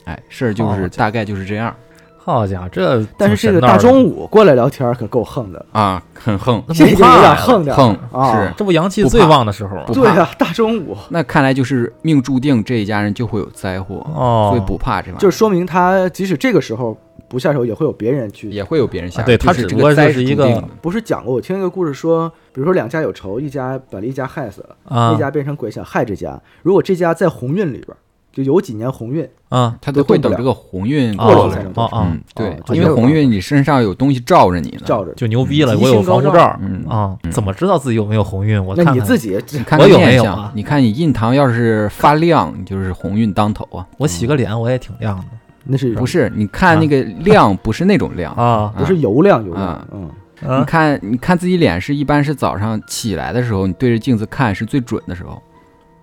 哎，事儿
哦
就是
好
大概就是这样
好家伙，这
但是这个大中午过来聊天儿可够横的，
啊，很横，
那
这
不
就有点
怕呀，
横点儿。
横
啊
是。
这不阳气最旺的时候啊
不怕
对啊，大中午
那看来就是命注定这一家人就会有灾祸，
哦，
所以不怕这玩意儿，
就是说明他即使这个时候不下手，也会有别人去。
也会有别人下来。
啊对
就
他
是
只
这
不过
个灾
就是一
注
个
定的
不是讲过，我听一个故事说，比如说两家有仇，一家把另一家害死了，
啊
那家变成鬼想害这家。如果这家在鸿运里边儿，就有几年鸿运
啊，
它都会
都动不
等
了
这个鸿运
过
过
了才
来。
能
哦哦，
嗯，对
就，
因
这个
为鸿运你身上有东西罩着你呢。
罩着。
就牛逼了，
吉
我有
星高
防护
照
罩
嗯，
啊
嗯，
怎么知道自己有没有鸿运？我
那
看
你
看
自己这
你看
我
看
有
面
没有
相
啊
你看你印堂要是发亮，你就是鸿运当头啊。
我洗个脸我也挺亮的
那是
不是，你看那个亮不是那种亮，
啊，
不是油亮油亮
啊？
嗯，
你
嗯
看，你看自己脸是一般是早上起来的时候，你对着镜子看是最准的时候，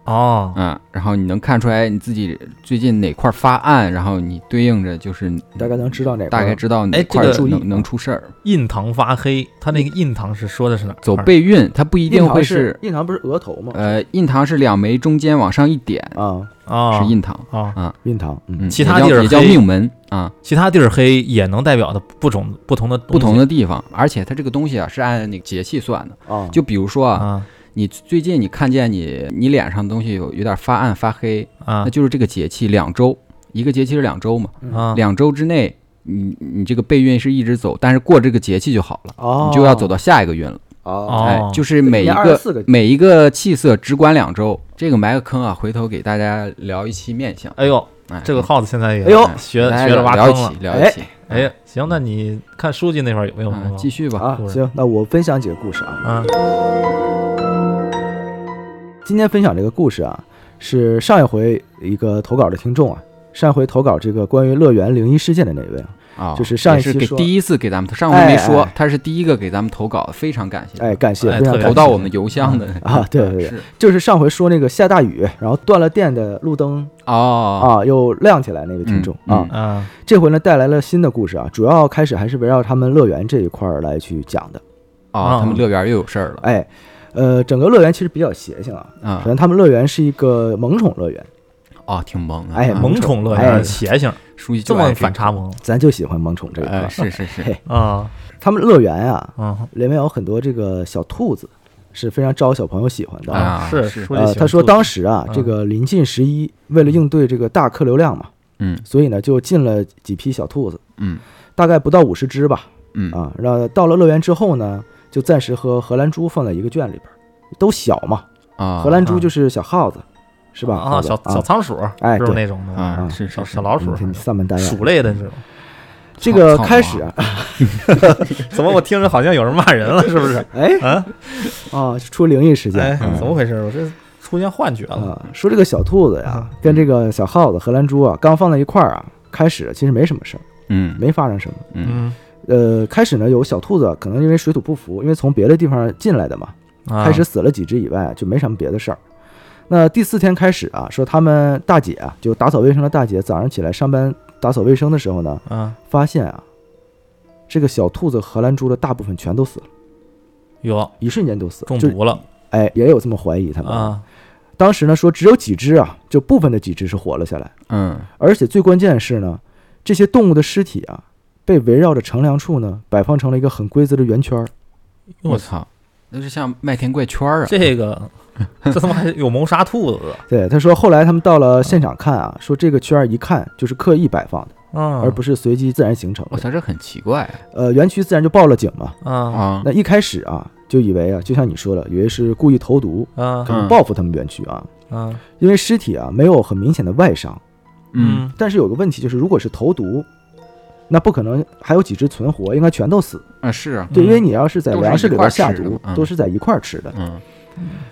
哦，
嗯，然后你能看出来你自己最近哪块发暗，然后你对应着就是
大概能知道哪块儿
大概知道哪
哎这
块
个
能、能出事儿。
印堂发黑，他那个印堂是说的是哪儿？
走背运，它不一
印
定
堂
会
是
是，
印堂不是额头吗？
呃，印堂是两眉中间往上一点、
啊，
啊
是印堂，
啊，
印堂，嗯，
嗯，
其他
也
地
叫
儿
也叫
黑
命门啊，
其他地儿黑也能代表的不同不同的东西
不同的地方，而且它这个东西啊是按那个节气算的，
啊，
就比如说啊，
啊
你最近你看见你你脸上的东西有有点发暗发黑，
啊
那就是这个节气两周，一个节气是两周嘛，
啊，
两周之内，你你这个备孕是一直走，但是过这个节气就好了，
哦，
你就要走到下一个运了。
哦
哦，
哎，就是每一
二十
个
四个
每一个气色只管两周，这个埋个坑啊，回头给大家聊一期面相。
哎呦，
哎，
这个耗子现在也
哎呦
哎
学
大家
学着挖
聊一
坑了
起，聊一起。
哎，行，那你看书记那块儿有没有什
啊
么，
继续吧。
啊
故，事
行，那我分享几个故事啊。
啊？
今天分享这个故事啊，是上一回一个投稿的听众啊，上一回投稿这个关于乐园灵异事件的那位啊，
啊，
就是上一
也
期
是给
说
第一次给咱们，上回没说
哎哎，
他是第一个给咱们投稿，非常感谢。
哎，感谢，
哎
非常
特别
感谢
投到我们邮箱的
啊，对对对，
是
就是上回说那个下大雨，然后断了电的路灯
哦，
啊又亮起来那位听众
嗯
啊
嗯，
啊
这回呢带来了新的故事啊，主要开始还是围绕他们乐园这一块儿来去讲的。
哦，他们
嗯
乐园又有事儿了
哎，呃，整个乐园其实比较邪性啊，
啊
首！先他们乐园是一个萌宠乐园，
哦，挺萌的，
哎
嗯
萌宠乐
哎
园邪性，
书记
这
就
么
爱
反差萌
咱就喜欢萌宠这
这
一
个，
块儿
呃，。是是是
嘿，
啊
他们乐园啊，
啊
里面有很多这个小兔子，是非常招小朋友喜欢的啊。
啊
是
是
书记喜
呃，
欢
他说
兔子
当时啊，
嗯
这个临近十一，为了应对这个大客流量嘛，
嗯
所以呢就进了几批小兔子，
嗯
大概不到五十只吧。
嗯
啊，然后到了乐园之后呢，就暂时和荷兰猪放在一个圈里边儿，都小嘛。
啊，
荷兰猪就是小耗子，是吧？
啊，
耗子
小小仓鼠，
哎
就是
对
那种的
啊
啊
是
小
是
小老鼠
嗯，你散漫单 眼
鼠类的这种。
这个
草
开始啊，
怎么我听着好像有人骂人 了，是不是？
哎
啊，
啊，出灵异事
哎
件，
怎么回事？我这出现幻觉了
啊，说这个小兔子呀
啊，
跟这个小耗子、荷兰猪啊，刚放在一块儿啊，开始其实没什么事儿，
嗯
没发生什么。
嗯
嗯，
呃，开始呢，有小兔子可能因为水土不服，因为从别的地方进来的嘛，
啊
开始死了几只以外，就没什么别的事儿。那第四天开始啊，说他们大姐啊，就打扫卫生的大姐，早上起来上班打扫卫生的时候呢，
啊，
发现啊，这个小兔子荷兰猪的大部分全都死了，
有
一瞬间都死了，
中
就
毒了
哎，也有这么怀疑他们。
啊
当时呢说只有几只啊，就部分的几只是活了下来，
嗯
而且最关键是呢，这些动物的尸体啊，被围绕着乘凉处呢摆放成了一个很规则的圆圈儿。
我操，那是像麦田怪圈啊，
这个，这他妈还有谋杀兔子的，
对，他说后来他们到了现场看啊，说这个圈儿一看就是刻意摆放的，
嗯，
而不是随机自然形成
我
的。
操，这很奇怪
呃，园区自然就报了警嘛。
啊
啊
那一开始啊，就以为啊，就像你说的，以为是故意投毒，
啊
可能
嗯
报复他们园区啊，
啊
因为尸体啊没有很明显的外伤。
嗯
但是有个问题就是，如果是投毒，那不可能还有几只存活，应该全都死。
啊是啊，
嗯
对，因为你要是在粮食里边下
都是一块儿吃的
毒
嘛，嗯
都是在一块儿吃的。
嗯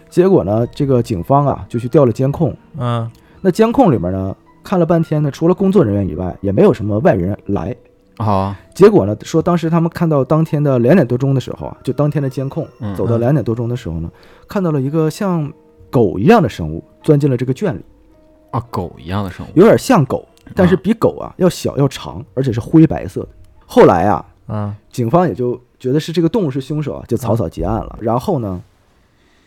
结果呢，这个警方啊就去调了监控，
啊
那监控里面呢看了半天呢，除了工作人员以外，也没有什么外人来。
好
结果呢，说当时他们看到当天的两点多钟的时候啊，就当天的监控
嗯，
走到两点多钟的时候呢，看到了一个像狗一样的生物钻进了这个圈里，
啊，狗一样的生物
有点像狗，但是比狗啊要小要长，而且是灰白色的。后来啊，
啊
警方也就觉得是这个动物是凶手啊，就草草结案了。然后呢，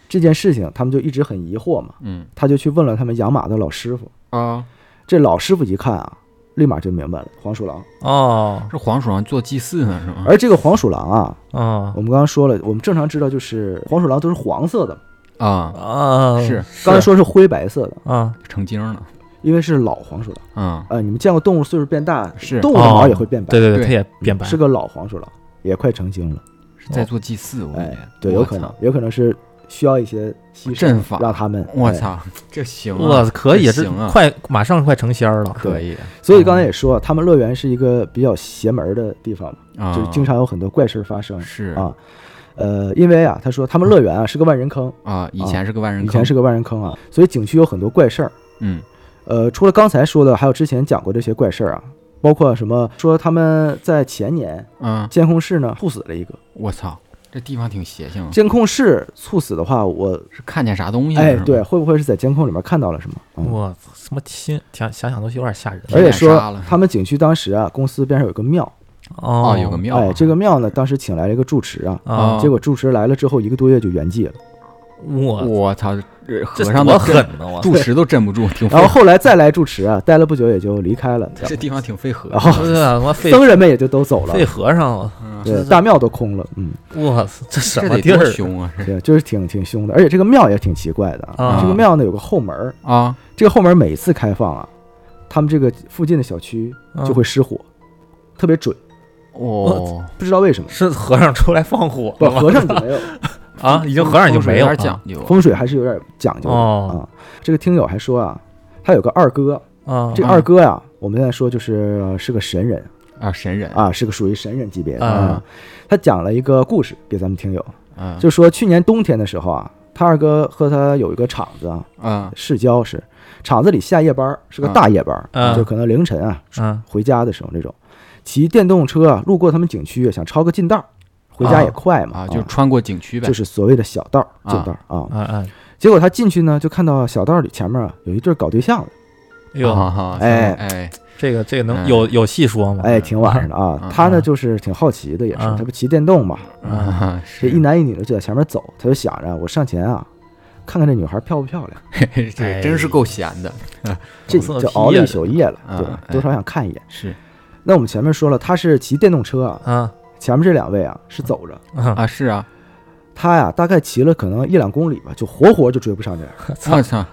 这件事情他们就一直很疑惑嘛，
嗯
他就去问了他们养马的老师傅。
啊，
这老师傅一看啊，立马就明白了，黄鼠狼。
哦
这黄鼠狼做祭祀呢是吗？
而这个黄鼠狼啊，
啊
嗯
我们刚刚说了，我们正常知道就是黄鼠狼都是黄色的嘛，
啊，
啊
是
刚才说是灰白色的，
啊
成精了，
因为是老黄鼠狼。
嗯
呃，你们见过动物岁数变大，
是哦
动物的毛也会变白，
对对对，
对
它也变白
是个老黄鼠狼，也快成精了。
是在做祭祀，我感觉
对，有可能，有可能是需要一些牺牲
阵，法
让他们。
我
哎！
操，这行
我
啊，
可以，
这
这
行啊
快马上快成仙儿了。
可以啊
所以刚才也说，他们乐园是一个比较邪门儿的地方，
啊，
就经常有很多怪事儿发生。
是
啊呃，因为啊，他说他们乐园啊是个万人坑，
啊，以前是个万人
以
坑，
前是个万人坑啊，所以景区有很多怪事儿。
嗯
呃，除了刚才说的，还有之前讲过这些怪事儿啊，包括什么说他们在前年
嗯，
监控室呢猝死了一个，
我操，这地方挺邪性啊，
监控室猝死的话，我
是看见啥东西了？
哎
是吗
对，，会不会是在监控里面看到了什么？嗯、
我操什么亲，想想想都有点吓人。
而且
天
说
眼杀了
他们景区当时啊，公司边上有个庙，
哦
哦，有个庙啊，
哎，这个庙呢，当时请来了一个住持啊，
啊，
结果住持来了之后一个多月就圆 寂了，
我
我操，这
这
和尚
多
都
狠
镇
呢！我
住持都镇不住，挺费
然后后来再来住持啊，待了不久也就离开了，
这地方挺费和
然
尚。
后
对啊，我废
僧人们也就都走了
废，和尚了，
嗯
对，大庙都空了，嗯，
我操，这什
这
么
得
地
多
儿
凶啊！这
对，就是挺挺凶的，而且这个庙也挺奇怪的啊，
啊
这个庙呢有个后门儿，
啊，
这个后门每次开放啊，他们这个附近的小区
啊
就会失火，特别准，
哦，
不知道为什么。
是和尚出来放火
不，
了吗？
和尚就 没有，
啊，已经和尚已经没
有
有了
点讲究
风水还是有点讲究的、
哦
啊。这个听友还说啊，他有个二哥，
啊
这二哥呀、我们现在说就是、呃是个神人
啊，神人
啊，是个属于神人级别的
哎啊。
他讲了一个故事给咱们听友，
嗯，
就说去年冬天的时候啊，他二哥和他有一个厂子啊，
嗯
市郊是厂子里下夜班儿，是个大夜班儿，
啊
就可能凌晨啊
嗯
回家的时候这种，骑电动车啊路过他们景区啊，想抄个近道儿，回家也快嘛
啊，就穿过景区呗，
哦就是所谓的小道儿
啊
近道儿啊。
嗯嗯，
结果他进去呢，就看到小道里前面啊有一对儿搞对象的，
哎呦，
啊哈
哎
哎
这个这个能
嗯
有有细说吗？
哎，挺晚上的啊
嗯。
他呢
嗯
就是挺好奇的，也是
嗯
他不骑电动嘛，
嗯
啊，
这
是
一男一女的就在前面走，他就想着我上前啊，看看这女孩漂不漂亮。
这
哎
真是够闲的，
这
黄色
就
皮
熬了
呀
一宿夜了，
嗯
对吧？
哎
多少想看一眼。
是
那我们前面说了，他是骑电动车啊，
啊
前面这两位啊是走着，
啊，
啊是啊，
他呀大概骑了可能一两公里吧，就活活就追不上这俩人。
我操，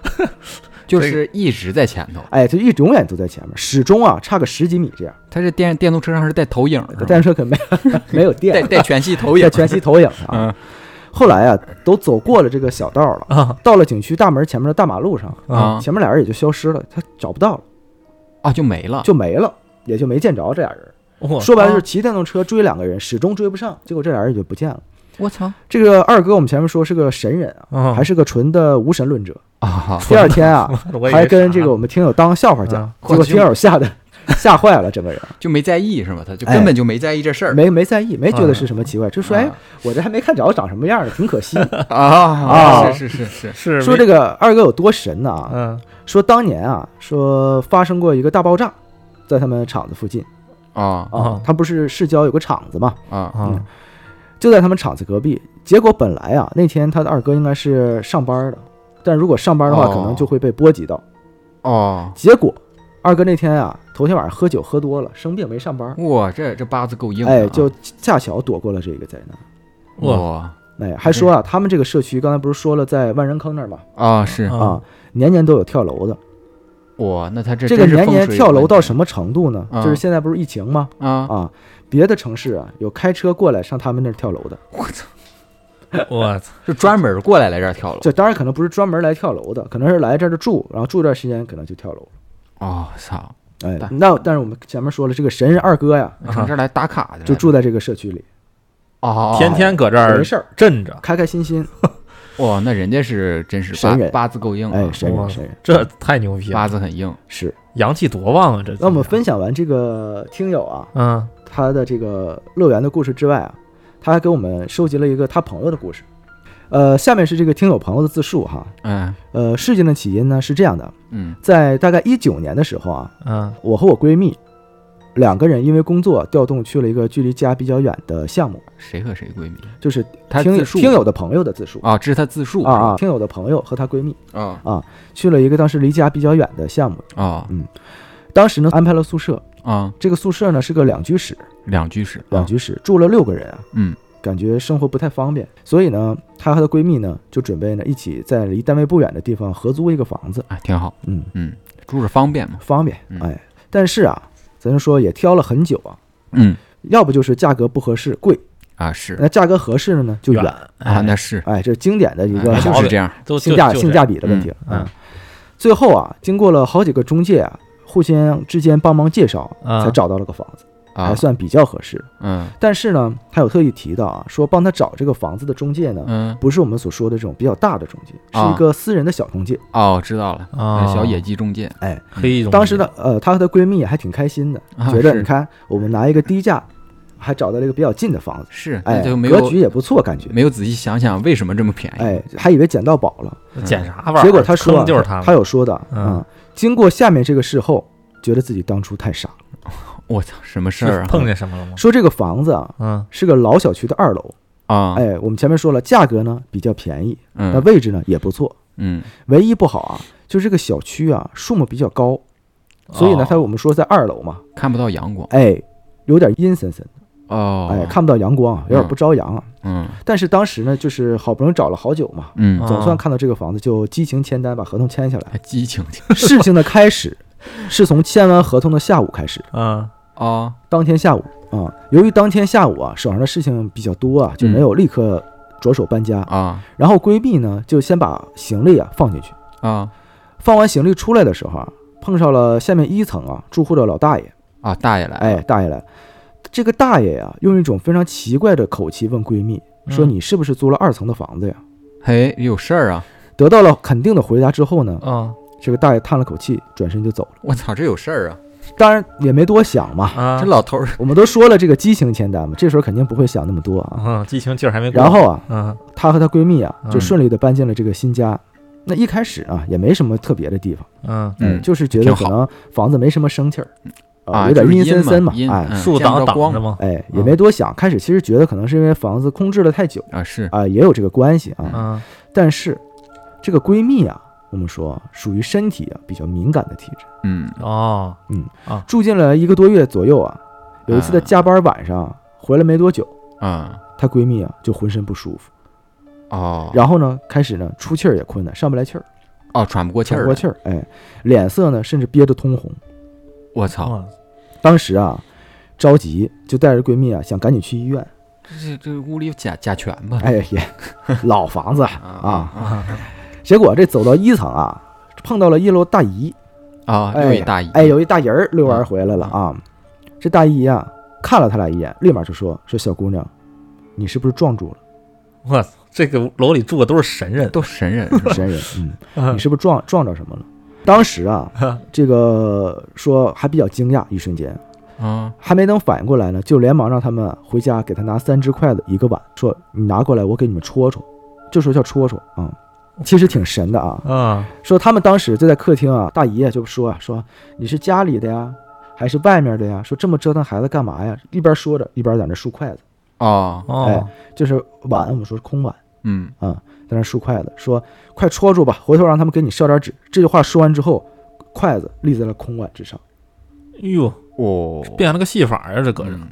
就是一直在前头，
哎，就一永远都在前面，始终啊差个十几米这样。
他这电电动车上是带投影是吗，
电动车可没没有
带
电，
带全息投影
在，全息投影啊。
嗯
后来啊都走过了这个小道了，
啊
到了景区大门前面的大马路上，
啊
前面俩人也就消失了，他找不到了，
啊就没了，
就没了，也就没见着这俩人。
我
说白了就是骑电动车追两个人，始终追不上，结果这俩人也就不见了。
我操
这个二哥我们前面说是个神人啊，
嗯
还是个纯的无神论者。
啊
第二 天啊，
我以为
还跟
啥嗯
这个我们听友当笑话讲，结果听友吓得吓坏了，整个人
就没在意是吗？他就
哎
根本就没在意这事儿，
没没在意，没觉
嗯
得是什么奇怪，就说哎
啊，
我这还没看着长什么样呢，挺可惜。
啊
啊
是是是是，
是
说这个二哥有多神呢啊？
嗯
说当年啊，说发生过一个大爆炸，在他们厂子附近
啊
啊
啊，
他不是市郊有个厂子嘛，
啊
啊
就在他们厂子隔壁。结果本来啊，那天他的二哥应该是上班的，但如果上班的话，
哦
可能就会被波及到。
哦，
结果二哥那天啊，头天晚上喝酒喝多了，生病没上班，
哇这这八字够硬的啊，
哎，就恰巧躲过了这个灾难。
哇
哇
哎，还说
嗯
啊，他们这个社区刚才不是说了，在万人坑那儿嘛，
啊是
嗯
啊，年年都有跳楼的。
哇那他这
这个
真是
年
风
年
水
跳
有
楼
问
到
题
什么程度呢？
嗯
就是现在不是疫情吗？
啊
啊，别的城市啊，有开车过来上他们那儿跳楼的，
嗯
我
啊
操，
是专门过来来这儿跳楼
这当然可能不是专门来跳楼的，可能是来这儿住，然后住一段时间可能就跳楼了。
哦，操，
哎
对，
那但是我们前面说了，这个神人二哥呀，
上这儿来打卡的，
就住在这个社区里，
哦，
天天搁这儿
没事儿，
镇着，
开开心心。
哇，那人家是真是
神
八
人
八字够硬啊，
哎，神
哇
人神人
这太牛逼
八
了，
字很硬，
是。
阳气多旺啊！这
那我们分享完这个听友啊，
嗯
他的这个乐园的故事之外啊，他还给我们收集了一个他朋友的故事。呃，下面是这个听友朋友的自述哈。
嗯
呃，事件的起因呢是这样的，
嗯
在大概一九年的时候啊，
嗯
我和我闺蜜两个人因为工作调动去了一个距离家比较远的项目，
谁和谁闺蜜
就是
她
听
自述
听友的朋友的自述
啊？这是他自述
啊啊，听友的朋友和她闺蜜
啊
去了一个当时离家比较远的项目，
啊
当时呢安排了宿舍，
啊，
这个宿舍呢是个两居室，
两居室，
啊
两居室住了六个人啊，
嗯
感觉生活不太方便，所以呢，她和她闺蜜呢就准备呢一起在离单位不远的地方合租一个房子，
啊，挺好，
嗯，
嗯，住着方便嘛，
方便
嗯，
哎，但是啊，咱就说也挑了很久啊，
嗯
要不就是价格不合适贵，
啊，是
那价格合适的呢就
远
远。
啊，
哎
那是
哎，这是经典的一个
哎
好
就
毛
是
病
这样，
都
性价
就
性价比的问题
嗯
啊。最后啊，经过了好几个中介啊，互相之间帮忙介绍，
啊
才找到了个房子，
啊
还，算比较合适。
嗯
但是呢，他有特意提到啊，说帮他找这个房子的中介呢，
嗯，
不是我们所说的这种比较大的中介，
啊
是一个私人的小中介。
哦，知道了，
啊，
小野嗯鸡中介，
哎，
黑中介
当时呢，呃，她和她闺蜜还挺开心的，
啊
觉得
是
你看，我们拿一个低价，还找到了一个比较近的房子，
是，那
哎，
就没
格
有
局也不错，感觉，
没有仔细想想为什么这么便宜，
哎，还以为捡到宝了。
捡啥玩意儿？
结果他说
坑
啊，
就是
他
他，
有说的，
嗯
嗯，经过下面这个事后，觉得自己当初太傻
嗯
了。
我操，什么事儿
是
啊？
碰见什么了吗？
说这个房子啊
嗯
是个老小区的二楼，
啊，
哎，我们前面说了，价格呢比较便宜，那
嗯
位置呢也不错，
嗯
唯一不好啊就是这个小区啊树木比较高，所以呢，
哦
它我们说在二楼嘛，
看不到阳光
哎，有点阴森森，
哦，
哎，看不到阳光啊，有点不朝阳啊。
嗯
但是当时呢，就是好不容易找了好久嘛。
嗯，
啊
总算看到这个房子，就激情签单，把合同签下来。
还激情点
事情的开始 是从签完合同的下午开始，
嗯
哦，
当天下午啊、由于当天下午啊手上的事情比较多啊，就没有立刻着手搬家。
嗯啊
然后闺蜜呢就先把行李啊放进去，
啊
放完行李出来的时候啊，碰上了下面一层啊住户的老大爷，
啊，大爷来了，
哎，大爷来了。这个大爷呀、用一种非常奇怪的口气问闺蜜说：“
嗯
你是不是租了二层的房子呀
嘿，有事儿啊！？”
得到了肯定的回答之后呢，
嗯
这个大爷叹了口气，转身就走了。
我操，这有事儿啊！
当然也没多想嘛，
啊
这，老头儿
我们都说了这个激情签单嘛，这时候肯定不会想那么多啊。
嗯，激情劲儿还没过。
然后啊，
嗯
她和她闺蜜啊，就
嗯
顺利的搬进了这个新家。那一开始啊，也没什么特别的地方，哎
嗯，
嗯
就是觉得
挺
可
好
能房子没什么生气儿，啊，
啊，
有点
就是
阴森森嘛，
阴
哎
嗯
树
见不
挡
着
挡
光
着嘛。
哎，也没多想。开始其实觉得可能是因为房子空置了太久
啊，是
啊，也有这个关系啊。
嗯
但是这个闺蜜啊，我们说属于身体啊比较敏感的体质，
嗯
哦，
住进了一个多月左右啊，有一次的
啊
加班晚上回来没多久，
啊
她闺蜜啊就浑身不舒服，
哦，
然后呢开始呢出气儿也困难，上不来气儿，
哦，喘不过气
喘
儿
不
了，
过气儿，哎，脸色呢甚至憋得通红。
我操，
哇
当时啊，着急就带着闺蜜啊，想赶紧去医院。
这这这屋里有甲甲醛吧？
哎呀，也老房子
啊
啊，
啊
结果这走到一层啊，碰到了一楼大姨，
啊，
哎
六一大姨，
哎，有一大姨儿遛弯儿回来了啊。这大姨啊，看了他俩一眼，立马就说：“说小姑娘，你是不是撞住了
我操，这个楼里住的都是神人，
都神人，
神人？嗯，
嗯
你是不是撞撞着什么了？”当时啊，这个说还比较惊讶，一瞬间
啊
还没等反应过来呢，就连忙让他们回家给他拿三只筷子一个碗，说你拿过来，我给你们戳戳，这时候叫戳戳啊、嗯其实挺神的啊。
啊
说他们当时就在客厅啊，大姨啊就说啊说你是家里的呀，还是外面的呀？说这么折腾孩子干嘛呀？一边说着一边在那竖筷子，
哦，
哦
哎就是碗我们说是空碗
嗯
啊、在那竖筷子，说快戳住吧，回头让他们给你烧点纸。这句话说完之后，筷子立在了空碗之上。
哟，
哦，
变了个戏法啊呀，这搁着
嗯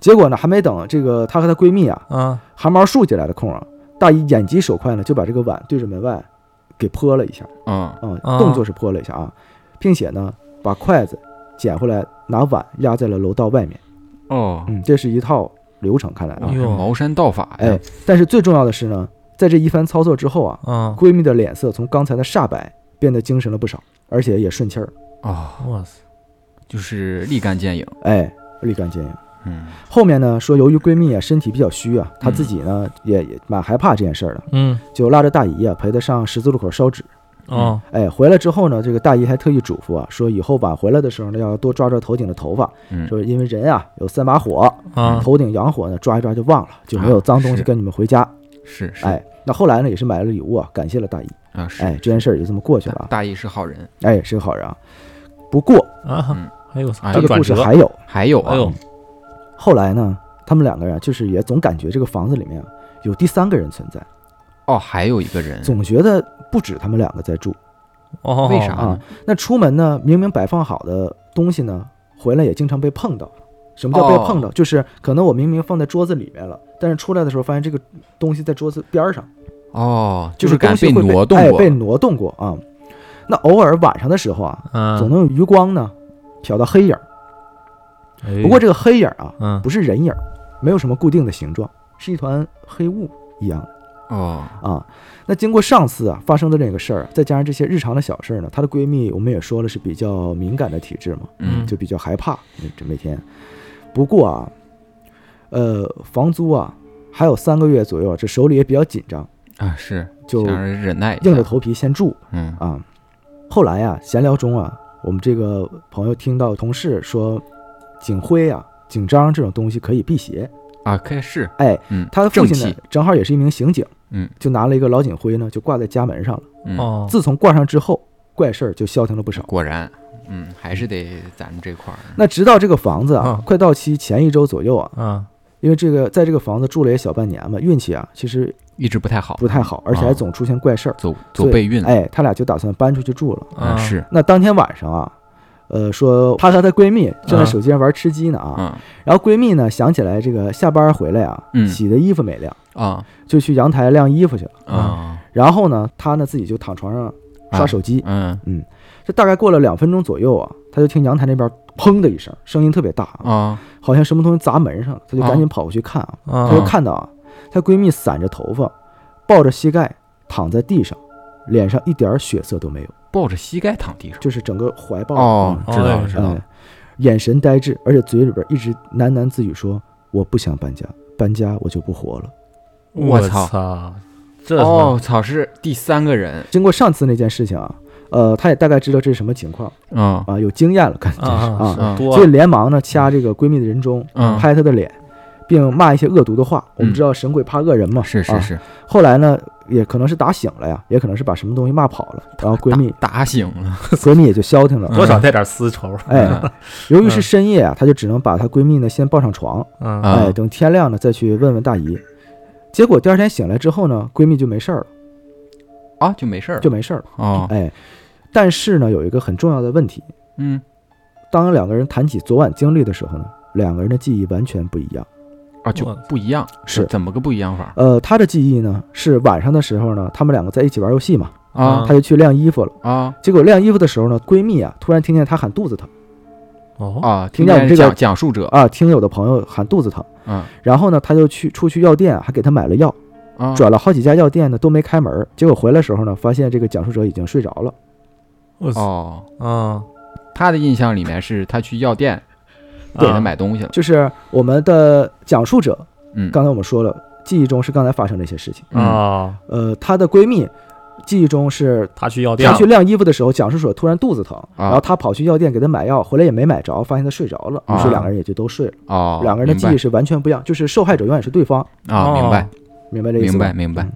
结果呢，还没等这个她和她闺蜜啊
啊
汗毛竖起来的空啊，大姨眼疾手快呢，就把这个碗对着门外给泼了一下，
嗯
啊、
啊
动作是泼了一下啊，并且呢，把筷子捡回来，拿碗压在了楼道外面。
哦，
嗯，这是一套流程，看来
哇
啊
哎，
这
呦
哦茅山道法呀
哎，，但是最重要的是呢，在这一番操作之后啊，
啊，
嗯
闺蜜的脸色从刚才的煞白变得精神了不少，而且也顺气儿，
哦，
我操，
就是立竿见影，
哎，立竿见影。
嗯
后面呢，说由于闺蜜啊身体比较虚啊，她自己呢也也蛮害怕这件事儿的，
嗯
就拉着大姨啊陪她上十字路口烧纸。
哦
哎，回来之后呢，这个大姨还特意嘱咐啊，说以后晚回来的时候呢，要多抓抓头顶的头发，
嗯，
说因为人啊有三把火，
啊
头顶阳火呢抓一抓就忘了，就没有脏东西跟你们回家。
是是
哎，那后来呢也是买了礼物啊，感谢了大姨。
啊是，
哎，这件事儿也就这么过去了
大
啊。
大姨是好人，
哎，是个好人啊。不过
啊
嗯，
哎呦，
哎
还
这
有
个
转
故事
折，
还有，
还有
哎
啊，
呦，
后来呢，他们两个人啊就是也总感觉这个房子里面啊有第三个人存在，
哦，还有一个
嗯
人，
总觉得不止他们两个在住
哦，
为啥
啊
呢？。
那出门呢，明明摆放好的东西呢，回来也经常被碰到。什么叫
哦
被碰到？就是可能我明明放在桌子里面了，但是出来的时候发现这个东西在桌子边儿上，
哦，
就是是
敢
东西
被
会
挪动
哎，
过，
被挪动过啊。那偶尔晚上的时候啊，
嗯，
总能有余光呢瞟到黑影儿。
哎
不过这个黑影儿啊，
嗯
不是人影儿，没有什么固定的形状，是一团黑雾一样的
哦，
啊。那经过上次啊发生的这个事儿，再加上这些日常的小事儿呢，她的闺蜜我们也说了是比较敏感的体质嘛，
嗯
就比较害怕这每天。不过啊，呃，房租啊还有三个月左右啊，这手里也比较紧张，
啊是，
嗯就
想着忍耐一下
硬着，头皮先住
嗯
啊。后来啊，闲聊中啊，我们这个朋友听到同事说，警徽啊、警章这种东西可以辟邪。
啊可以是，
哎，
嗯，
他的父亲
正
呢
气，
正好也是一名刑警，
嗯，
就拿了一个老警徽呢，就挂在家门上了。
嗯
哦，
自从挂上之后，怪事儿就消停了不少。
果然，嗯还是得咱们这块儿，
那直到这个房子啊
哦
嗯，
快到期前一周左右啊，
嗯
因为这个在这个房子住了也小半年嘛，运气啊其实
一直不太好，
不太好，而且
哦
还总出现怪事儿。
走
所
走
以
备孕，
哎，他俩就打算搬出去住了。
啊是，
那当天晚上啊，呃，说她和她闺蜜正在手机上玩吃鸡呢啊，
嗯
然后闺蜜呢想起来这个下班回来啊，
嗯
洗的衣服没晾，
啊
就去阳台晾衣服去了。
啊
然后呢，她呢自己就躺床上刷手机，
嗯
这大概过了两分钟左右啊，她就听阳台那边砰的一声，声音特别大啊，
啊
好像什么东西砸门上了，她就赶紧
啊
跑过去看啊，
啊
她就看到啊，她闺蜜散着头发，抱着膝盖躺在地上，脸上一点儿血色都没有，
抱着膝盖躺地上，
就是整个怀抱
哦
嗯
嗯
知道了
哎
知道
哎
了，，
眼神呆滞，而且嘴里边一直喃喃自语说：“我不想搬家，搬家我就不活了。
我
我操
操，这他妈
哦草是第三个人”，
经过上次那件事情啊，呃，她也大概知道这是什么情况
嗯
啊，有经验了，感觉是
啊
啊，
啊
是多
所以连忙呢掐这个闺蜜的人中，
嗯
拍她的脸，并骂一些恶毒的话。我们
嗯
知道神鬼怕恶人嘛，
是是
啊。
是，
后来呢，也可能是打醒了呀，也可能是把什么东西骂跑 了，然后闺蜜
打打醒了，
闺蜜也就消停
嗯
了。
多少带点丝绸，
哎，由于是深夜啊，她就只能把她闺蜜呢先抱上床，
嗯
啊
哎，等天亮呢再去问问大姨。结果第二天醒来之后呢，闺蜜就没事儿了，
啊就没事儿，
就没事儿了。
哦
哎，但是呢，有一个很重要的问题，
嗯
当两个人谈起昨晚经历的时候呢，两个人的记忆完全不一样。
啊就
我
不一样，
是
怎么个不一样法
呃，她的记忆呢是晚上的时候呢，她们两个在一起玩游戏嘛，
啊
她就去晾衣服了。
啊
结果晾衣服的时候呢，闺蜜啊突然听见她喊肚子疼
嗯
哦
啊
听见
听
我们
见
这个
讲讲述者，
啊，听有的朋友喊肚子疼，
嗯
然后呢，她就去出去药店啊还给她买了药，
啊
转了好几家药店呢都没开门儿。结果回来的时候呢，发现这个讲述者已经睡着了。
我操，
哦。
嗯
他的印象里面是他去药店给
啊
他买东西了，
就是我们的讲述者，
嗯，
刚才我们说了，记忆中是刚才发生的一些事情。
啊
啊，
呃，她的闺蜜记忆中是
他去药店
她
了，
去晾衣服的时候，讲述者突然肚子疼，
啊
然后她跑去药店给她买药，回来也没买着，发现她睡着了，于是
啊
两个人也就都睡了。
哦，
两个人的
明
记哦
白
忆是完全不一样，就是受害者永远是对方，
啊，明白，
明白这意思
明白，
吗？
明白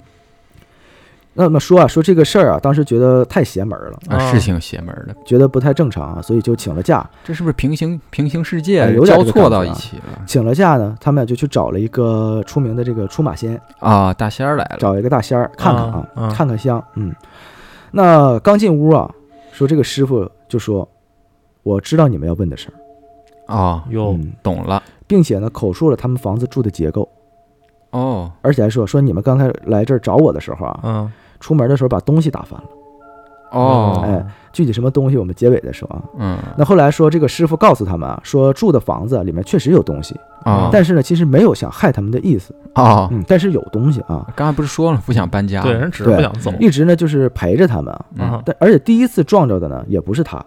那么说啊，说这个事儿啊，当时觉得太邪门了，
啊
啊，是挺邪门的，
觉得不太正常啊，所以就请了假。
这是不是平行平行世
哎
界
有点
交
这个感
错
觉
到
啊
一起了
请了假呢，他们俩就去找了一个出名的这个出马仙，
啊？大仙儿来了，
找一个大仙儿看看啊，
啊啊
看看香。嗯，那刚进屋啊，说这个师傅就说：“我知道你们要问的事儿。
啊，
哟，
嗯，
懂了，
并且呢，口述了他们房子住的结构，
哦，
而且还说说你们刚才来这儿找我的时候啊，
嗯
出门的时候把东西打翻了。
哦，
哎，具体什么东西我们结尾再说啊。
嗯，
那后来说这个师傅告诉他们啊，说住的房子里面确实有东西，
啊，
嗯但是呢，其实没有想害他们的意思，
哦，
嗯，但是有东西啊，
刚才不是说了不想搬家，
对，人只是不想走
一直呢就是陪着他们啊。
嗯，
啊，
但而且第一次撞着的呢，也不是他，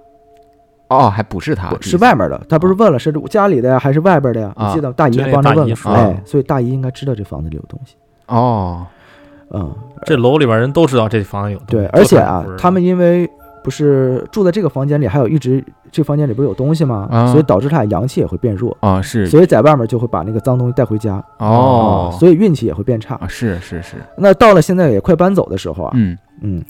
哦，还不是他，
不是外面的，他不是问了是家里的呀还是外边的呀？
啊
你记得大姨
啊就那
帮着问
大姨啊
了，
说
哎，所以大姨应该知道这房子里有东西。
哦，
嗯，
这楼里边人都知道这房子有东
对，
西，
而且
都
啊
看不，是
他们因为不是住在这个房间里，还有一直这房间里不是有东西吗？
啊
所以导致他俩阳气也会变弱，
哦，是，
所以在外面就会把那个脏东西带回家，
哦
啊，所以运气也会变差
啊，。是是是，
那到了现在也快搬走的时候啊，
嗯，
嗯，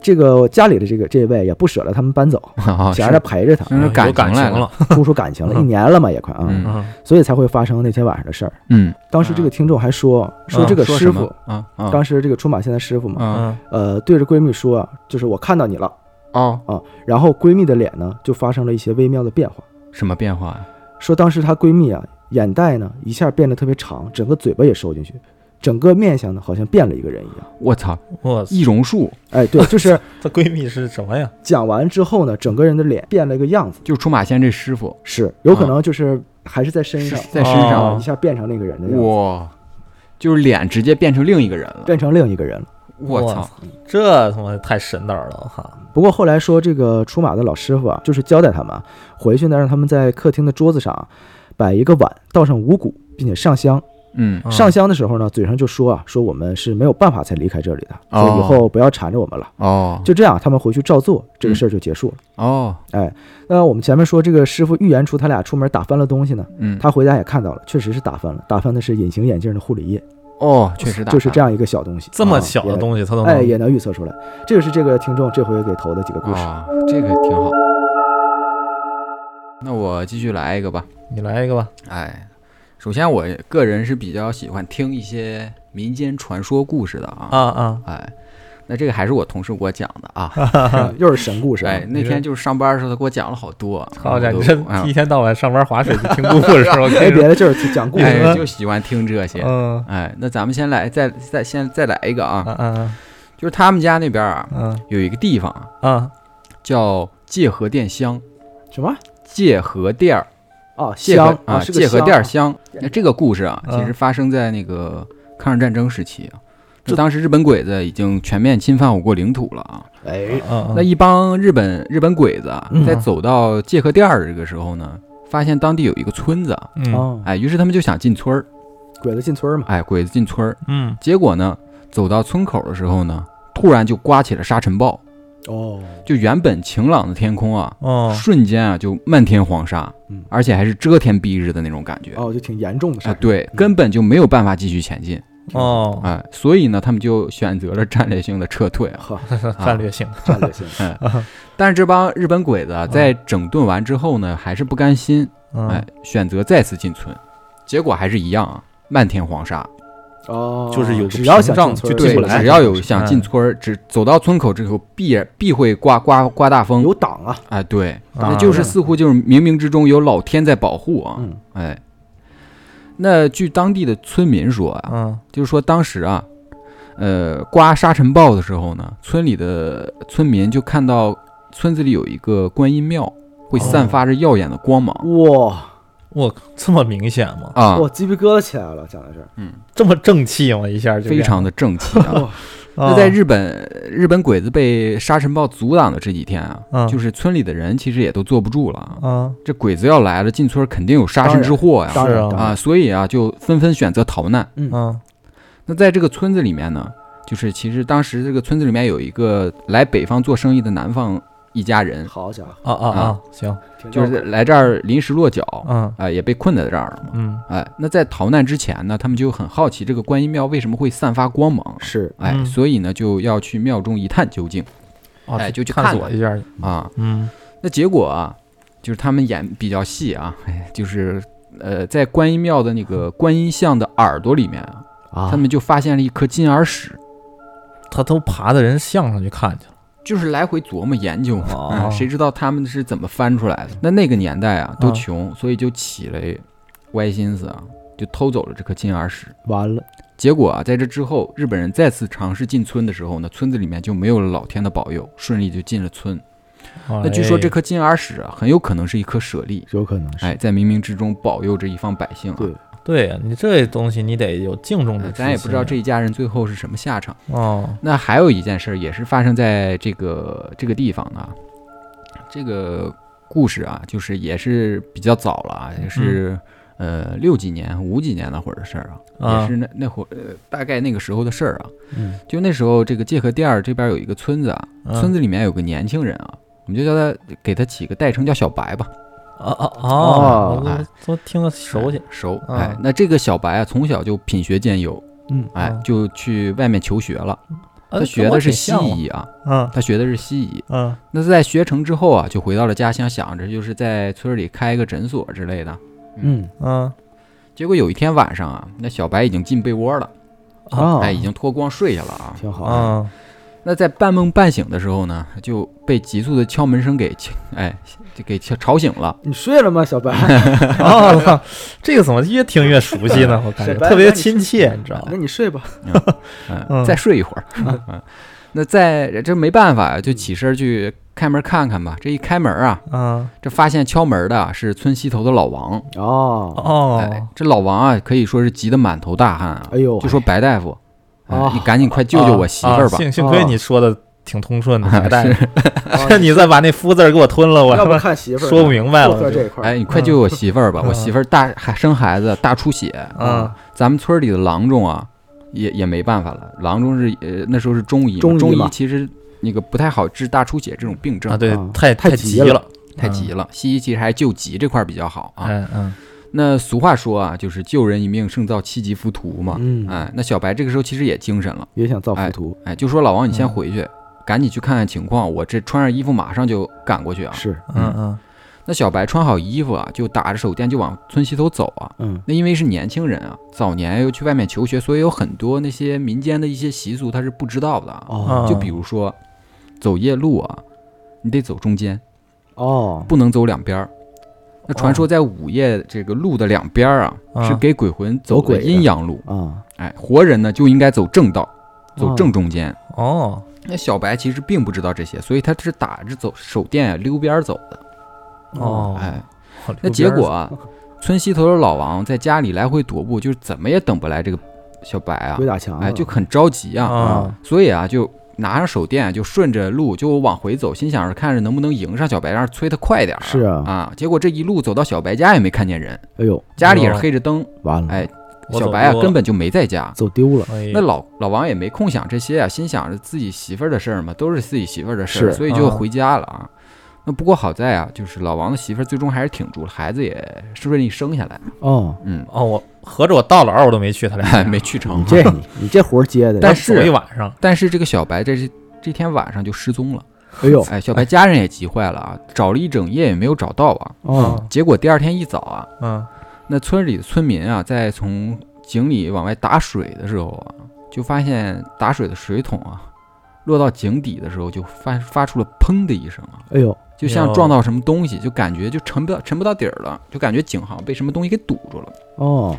这个家里的这个这位也不舍得他们搬走，
啊，
想让他陪着他，
嗯
哦嗯有
感
感
情来
情
了
了，
出出感情了，一年了嘛也快啊，
嗯
嗯
所以才会发生那天晚上的事儿。
嗯，
当时这个听众还说说这个
说
师
什么
傅，
啊啊，
当时这个出马仙的师傅嘛，
啊
嗯
呃，对着闺蜜说啊，就是我看到你了
哦，
啊。然后闺蜜的脸呢就发生了一些微妙的变化，
什么变化呀？
说当时她闺蜜啊眼袋呢一下变得特别长，整个嘴巴也收进去，整个面相呢好像变了一个人一样。
我操，
我操
易容术
哎， 对，就是
她闺蜜是什么呀？
讲完之后呢，整个人的脸变了一个样子，
就出马仙这师傅，嗯
是有可能就是还是在身上。哦
在身上
啊，一下变成那个人的样子，
哇，就是脸直接变成另一个人了。
变成另一个人了。
我操！
这他妈太神道了哈！
不过后来说，这个出马的老师傅啊，就是交代他们啊回去呢，让他们在客厅的桌子上啊摆一个碗，倒上五谷，并且上香。
嗯，
嗯
上香的时候呢，嘴上就说啊，说我们是没有办法才离开这里的，
哦
说以后不要缠着我们
嗯
了。
哦
就这样，他们回去照做，这个事儿就结束了。
哦，
哎，
嗯
那我们前面说这个师傅预言出他俩出门打翻了东西呢，
嗯，
他回家也看到了，确实是打翻了，打翻的是隐形眼镜的护理液，
哦，确实大，
就是这样一个小东西，
这么
啊
小的
西，
东西他都
哎，
能
也能预测出来。这个是这个听众这回给投的几个故事。
啊、这个挺好。那我继续来一个吧。
你来一个吧。
哎，首先我个人是比较喜欢听一些民间传说故事的啊。
啊啊，
哎，那这个还是我同事给我讲的啊。
哦
又是神故事啊，
哎，那天就是上班的时候，他给我讲了好多。
好家伙，
我
你
都
这
啊
一天到晚上班划水听故事， 我 跟
没
你
哎别
说，
的，就是讲故事。
哎
什么
就喜欢听这
啊
些。
嗯
哎，那咱们先来，再再先再来一个啊，
啊啊
就是他们家那边啊
啊
有一个地方啊
啊
叫界河店乡，
什么？
界河店儿。
哦，
界河
香
啊，
是个
界河
香
店
啊
儿乡。那这个故事啊，
嗯
其实发生在那个抗日战争时期啊。就当时日本鬼子已经全面侵犯我国领土了啊！
哎，
啊！
那一帮日本日本鬼子啊
嗯，
在走到界河店儿这个时候呢，发现当地有一个村子啊，
嗯
哦，
哎，于是他们就想进村儿，
鬼子进村儿嘛，
哎，鬼子进村儿，
嗯，
结果呢，走到村口的时候呢，突然就刮起了沙尘暴，
哦，
就原本晴朗的天空啊，
哦，
瞬间啊就漫天黄沙
嗯，
而且还是遮天蔽日的那种感觉。
哦，就挺严重的事
啊，
儿。
对，根本就没有办法继续前进，
哦，
哎，所以呢，他们就选择了战略性的撤退啊。
呵，
战略性，
战略性。
但是这帮日本鬼子啊，在整顿完之后呢，还是不甘心，哎
嗯，，
选择再次进村，结果还是一样啊，漫天黄沙。
哦，
就是有个
只要想
屏障
进村儿
就进
对
不，来嗯
只要有想进村儿，只走到村口之后，必必会刮刮刮大风
有党啊，
啊，对，
啊
那就是似乎就是冥冥之中有老天在保护啊，
嗯，
哎。那据当地的村民说啊，
嗯
就是说当时啊，呃，刮沙尘暴的时候呢，村里的村民就看到村子里有一个观音庙，会散发着耀眼的光芒、
哇，
我靠，这么明显吗？
啊，
我鸡皮疙瘩起来了，讲到这儿，
这么正气吗？一下就
非常的正气 啊。
哇，
那
那在日本，日本鬼子被沙尘暴阻挡的这几天啊，
嗯
就是村里的人其实也都坐不住了啊。
啊
这鬼子要来了，进村肯定有杀身之祸呀
嗯当然
是啊
当然
啊，所以啊，就纷纷选择逃难。
嗯
那在这个村子里面呢，就是其实当时这个村子里面有一个来北方做生意的南方一家人，
好家
啊
伙，
啊啊，行，
挺
就
绕
是来这儿临时落脚，啊、
嗯
也被困在这儿了嘛。
嗯
哎，那在逃难之前呢，他们就很好奇这个观音庙为什么会散发光芒，
是
哎，
嗯
所以呢就要去庙中一探究竟
哦
哎就去
探
看
索一下，
啊。
嗯
那结果啊，就是他们演比较细啊，哎，就是呃，在观音庙的那个观音像的耳朵里面啊，
啊
他们就发现了一颗金耳屎，
他都爬到人像上去看去了，
就是来回琢磨研究嘛。啊，
哦，
谁知道他们是怎么翻出来的？那那个年代啊，都
啊
穷，所以就起了歪心思啊，就偷走了这颗金耳石。
完了，
结果啊，在这之后，日本人再次尝试进村的时候呢，村子里面就没有了老天的保佑，顺利就进了村。
那
那据说这颗金耳石啊，很有可能是一颗舍利，
有可能是
哎，在冥冥之中保佑着一方百姓啊。
对
对呀，你这东西你得有敬重之
呃
心，
咱也不知道这一家人最后是什么下场。
哦，
那还有一件事儿也是发生在这个这个地方的啊，这个故事啊，就是也是比较早了啊，也是、呃六几年、五几年那会儿的事儿啊，
嗯啊
也是那那会儿、呃、大概那个时候的事儿啊。
嗯，
就那时候这个界河店儿这边有一个村子啊，
嗯
村子里面有个年轻人啊，我们就叫他给他起个代称叫小白吧，
啊啊啊，我
哎
都都听着熟悉
哎，熟。
啊
哎，那这个小白啊，从小就品学兼优，
嗯
哎
啊，
就去外面求学了。
哎
他学的是西，
跟我挺
医啊，
像啊
他学的是西医。
嗯
那在学成之后啊，就回到了家乡，想着就是在村里开一个诊所之类的。
嗯
嗯
结果有一天晚上啊，那小白已经进被窝了，
啊，
哎，已经脱光睡下了啊。
挺好啊，
嗯
那在半梦半醒的时候呢，就被急促的敲门声给敲哎就给敲吵醒了。
你睡了吗，小 白？
啊，我操 这个怎么越听越熟悉呢？我感觉
小白
特别亲切，你知道
那
吗？
你睡吧，
嗯，
嗯
啊再睡一会儿。嗯，那在这没办法，就起身去开门看看吧。这一开门啊，
嗯，
这发现敲门的啊是村西头的老王。
哦，
哎
哦，，
这老王啊，可以说是急得满头大汗啊，
哎呦，
就说白大夫，哎
哦
啊
你赶紧快救救我媳妇儿吧哦
啊。幸幸亏你说的挺通顺的，
啊
白大
是
夫，
啊
这 你再把那夫字儿给我吞了，我
要
他
不
妈
看媳妇儿
说不明白
白
了。
这一块儿，
哎，你快救救我媳妇儿吧！
啊嗯
我媳妇儿大还生孩子，大出血。
嗯，
咱们村里的郎中啊，也也没办法了。郎中是呃那时候是中医嘛，
中医
中
嘛
其实那个不太好治大出血这种病症，
啊，对
啊，
太
太急
急
了
了，啊
太急了。西医其实还是救急这块儿比较好啊。
哎嗯，
那俗话说啊，就是救人一命胜造七级浮屠嘛。
嗯，
哎，那小白这个时候其实也精神了，
也想造
哎
浮屠，
哎，就说老王你先
嗯
回去，赶紧去看看情况，我这穿上衣服马上就赶过去啊。
是，
嗯嗯
那小白穿好衣服啊，就打着手电就往村西头走啊。
嗯
那因为是年轻人啊，早年又去外面求学，所以有很多那些民间的一些习俗他是不知道的啊。
哦
嗯
就比如说，走夜路啊，你得走中间，
哦，
不能走两边儿。那传说
哦
在午夜这个路的两边儿啊，
啊
是给鬼魂走
走鬼
的
的
阴阳路。
啊，
哎，活人呢就应该走正道，走
哦
正中间。
哦，
那小白其实并不知道这些，所以他是打着走手电啊溜边儿走的。
哦，
哎，
我
那
溜
结
边儿
果啊， 村西头的老王在家里来回踱步，就是怎么也等不来这个小白啊
鬼，打墙了，
哎，就很着急啊，
啊，
所以啊，就拿上手电，就顺着路就往回走，心想着看着能不能迎上小白，让他催他快点儿啊。
是啊
啊，结果这一路走到小白家也没看见人，
哎呦，
家里也是黑着灯，
完了，
哎，
我
小
走
白啊
多
根
了
本就没在家。
走丢了，
哎
那老老王也没空想这些啊，心想着自己媳妇儿的事儿嘛，都是自己媳妇儿的事儿，
是
所以就
啊
回家了啊。那不过好在啊，就是老王的媳妇儿最终还是挺住了，孩子也顺利生下来，
哦，
嗯，
哦，我合着我到老儿我都没去，他俩
哎， 没去成
你。这你你这活儿接的，
但
走一
是
晚上，
但是这个小白这是这天晚上就失踪了，
哎呦，
哎，小白家人也急坏了啊，找了一整夜也没有找到啊。
哦，
结果第二天一早啊，
嗯，
那村里的村民啊，在从井里往外打水的时候啊，就发现打水的水桶啊，落到井底的时候就发发出了砰的一声啊，
哎呦，
就像撞到什么东西，就感觉就沉不到沉不到底儿了，就感觉井好像被什么东西给堵住了。
哦，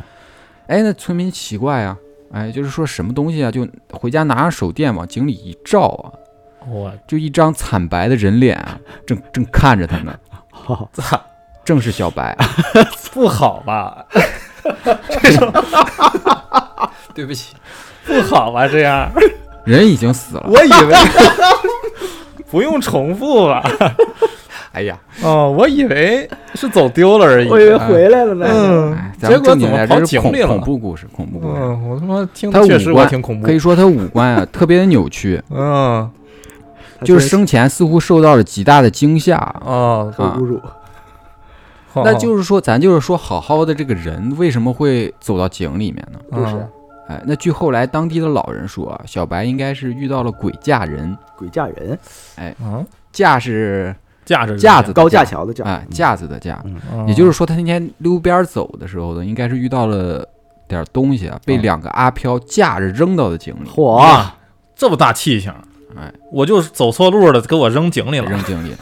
哎，那村民奇怪啊，哎，就是说什么东西啊，就回家拿上手电往井里一照啊，
我
就一张惨白的人脸啊，正正看着他们，
好，
操，
正是 小白。
不好吧？
对不起，
不好吧？这样
人已经死了。
我以为 不用重复吧？
哎呀，
哦，我以为是走丢了而已。
我以为回来了呢，
嗯，
哎，咱们
结果
正经
怎么
来
跑
这是
井
恐
里了
恐怖故事，恐怖故事。
嗯，我他妈听
他
的
五
确实我
官
挺恐怖
可。以说他五官 啊特别的扭曲，
嗯，
就是生前似乎受到了极大的惊吓。啊
哦，
受侮辱，
好
那就是说，咱就是说，好好的这个人为什么会走到井里面呢？
就是
嗯
哎，那据后来当地的老人说啊，小白应该是遇到了鬼嫁人，
鬼嫁人，
嗯，
嫁是
架着
架子的
高架桥的架，
啊，架子的架。
嗯，
也就是说，他那天溜边儿走的时候呢，应该是遇到了点儿东西啊，被
嗯
两个阿飘架着扔到的井里，
嚯，
啊
哇，嗯这么大气性，
哎，
我就是走错路了，给我扔井里了，
扔 井里。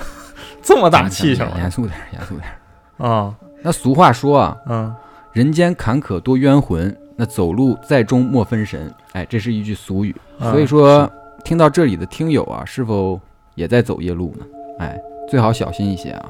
这么大气性
咱们严肃点儿，严肃点儿。
啊，
那俗话说啊，
嗯，
人间坎坷多冤魂，那走路在中莫分神。哎，这是一句俗语。
嗯
所以说，听到这里的听友啊，是否也在走夜路呢？哎，最好小心一些啊。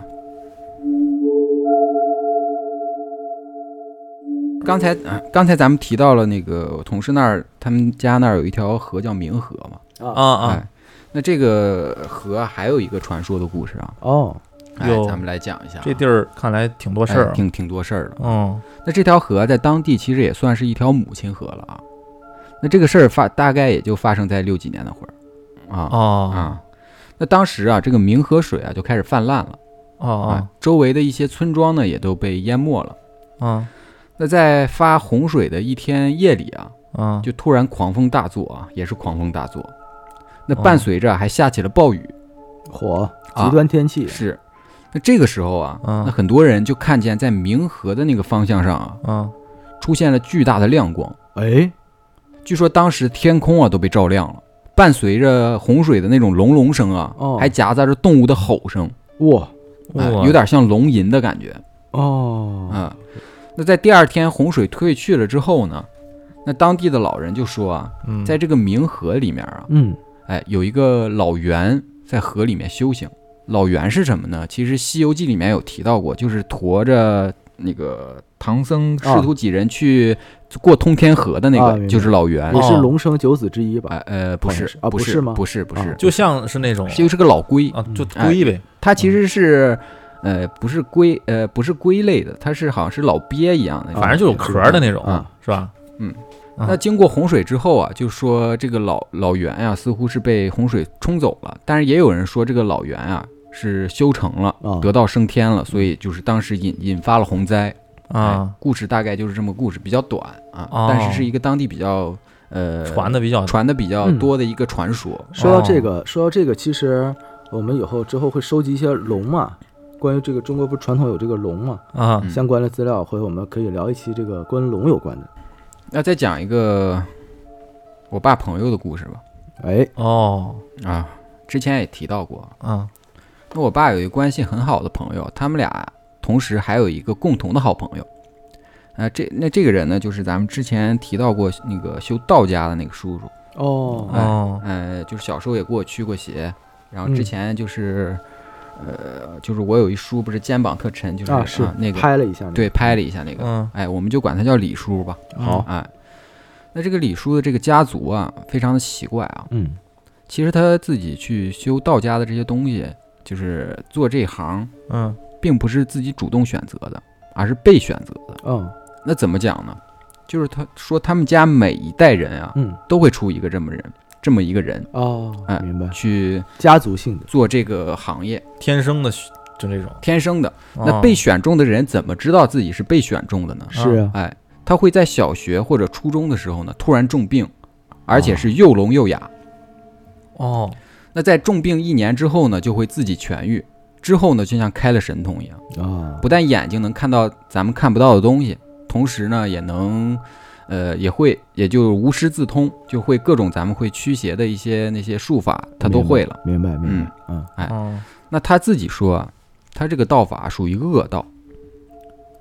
刚才、啊刚才咱们提到了那个我同事那儿，他们家那儿有一条河叫明河嘛。
啊啊
哎，那这个河啊还有一个传说的故事啊，
哦，
哎
哟，
咱们来讲一下啊、
这地儿看来挺多事
哎
儿，啊
挺挺多事儿的。
嗯
那这条河在当地其实也算是一条母亲河了啊。那这个事儿发大概也就发生在六几年那会儿啊
哦
啊。那当时啊，这个明河水啊就开始泛滥了
哦哦
啊，周围的一些村庄呢也都被淹没了。
嗯
那在发洪水的一天夜里啊，
嗯，
就突然狂风大作啊，也是狂风大作。那伴随着啊还下起了暴雨，
火，
啊
极端天气，
是。那这个时候啊，
嗯
那很多人就看见在明河的那个方向上啊，
嗯
出现了巨大的亮光。
哎，
据说当时天空啊都被照亮了，伴随着洪水的那种隆隆声啊，
哦
还夹杂着动物的吼声，
哇，
哎
哇
有点像龙吟的感觉
哦，
啊、那在第二天洪水退去了之后呢，那当地的老人就说啊，
嗯
在这个冥河里面啊，
嗯，
哎，有一个老猿在河里面修行，老袁是什么呢？其实《西游记》里面有提到过，就是驮着那个唐僧师徒几人去过通天河的那
啊
个，
明白
就是老袁。
也是
哦
龙生九子之一吧？
呃呃，不
好像
是
是啊
不
不是吗
不是，不是
啊，
就像是那种
就是个老龟，
啊，就
哎
龟呗，
它其实是呃不是龟呃不是龟类的，它是好像是老鳖一样的，
反正就有壳儿的那种
嗯
啊，
是吧？啊
那经过洪水之后啊，就说这个老老袁啊，似乎是被洪水冲走了，但是也有人说这个老袁啊是修成了
啊，
得道升天了，所以就是当时引引发了洪灾哎
嗯啊，
故事大概就是这么故事，比较短啊，
哦
但是是一个当地比较呃
传的嗯比较
传的比较
嗯
多的一个传说。
说到这个，说到这个，其实我们以后之后会收集一些龙嘛，关于这个中国不是传统有这个龙嘛
啊
嗯
相关的资料，回头我们可以聊一期这个跟龙有关的。
那再讲一个我爸朋友的故事吧
哎，
哦
啊，之前也提到过，
啊
那我爸有一个关系很好的朋友，他们俩同时还有一个共同的好朋友。呃，这那这个人呢，就是咱们之前提到过那个修道家的那个叔叔，
哦，
哦
呃，就是小时候也给我驱过邪，然后
嗯
之前就是，呃，就是我有一叔不是肩膀特沉，就是
啊是
那个
拍了一下那个，嗯
对拍了一下那个，
嗯
哎，我们就管他叫李叔吧，
好，
哎，那这个李叔的这个家族啊，非常的奇怪啊，
嗯
其实他自己去修道家的这些东西，就是做这行，
嗯
并不是自己主动选择的，而是被选择的。
嗯
那怎么讲呢？就是他说他们家每一代人啊，
嗯
都会出一个这么人，这么一个人
哦
哎，
明白，
去
家族性的
做这个行业，
天生的血就这种，
天生的。那
哦
被选中的人怎么知道自己是被选中的呢？
是啊，
哎，他会在小学或者初中的时候呢，突然重病，而且是又聋又哑。
哦
那在重病一年之后呢，就会自己痊愈。之后呢，就像开了神通一样。
啊
不但眼睛能看到咱们看不到的东西，同时呢也能，呃，也会也就无师自通，就会各种咱们会驱邪的一些那些术法，他都会了。，
明白明白，嗯
哎
哦
那他自己说啊，他这个道法属于恶道，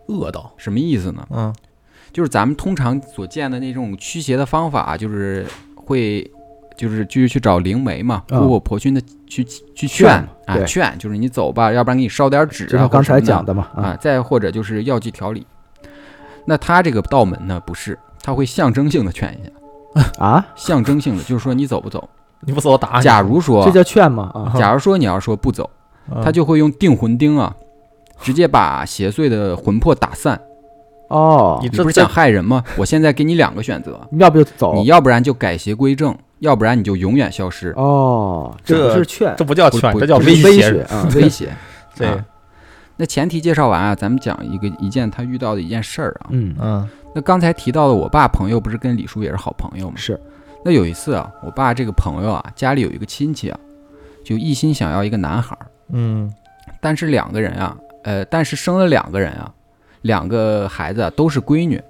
恶道，
什么意思呢？
嗯
就是咱们通常所见的那种驱邪的方法，啊就是会。就是就是去找灵媒嘛，
嗯
姑婆婆去那去去
劝
劝
嘛
啊
对
劝，就是你走吧，要不然给你烧点纸啊。
就像刚才
或者什么的
讲的嘛，
嗯
啊，再或者就是药剂调理。那他这个道门呢，不是，他会象征性的劝一下，哎
啊，
象征性的就是说你走不走。
你不走我打啊你，
假如说
这，叫劝吗？啊，
假如说你要说不走，
嗯
他就会用定魂钉啊，直接把邪祟的魂魄打散。
哦
你，
你
这
不是
嗯这哦
想害人吗？我现在给你两个选择，
要不就走，
你要不然就改邪归正，要不然你就永远消失。
哦，这不是劝，
这不叫
不
劝，
不
这叫
这是威胁
胁，
啊，
威胁。
这
啊那前提介绍完啊，咱们讲一个一件他遇到的一件事儿啊。
嗯，
嗯
那刚才提到的，我爸朋友不是跟李叔也是好朋友吗？
是，
那有一次啊，我爸这个朋友啊，家里有一个亲戚啊，就一心想要一个男孩儿，
嗯
但是两个人啊，呃，但是生了两个人啊，两个孩子啊都是闺女，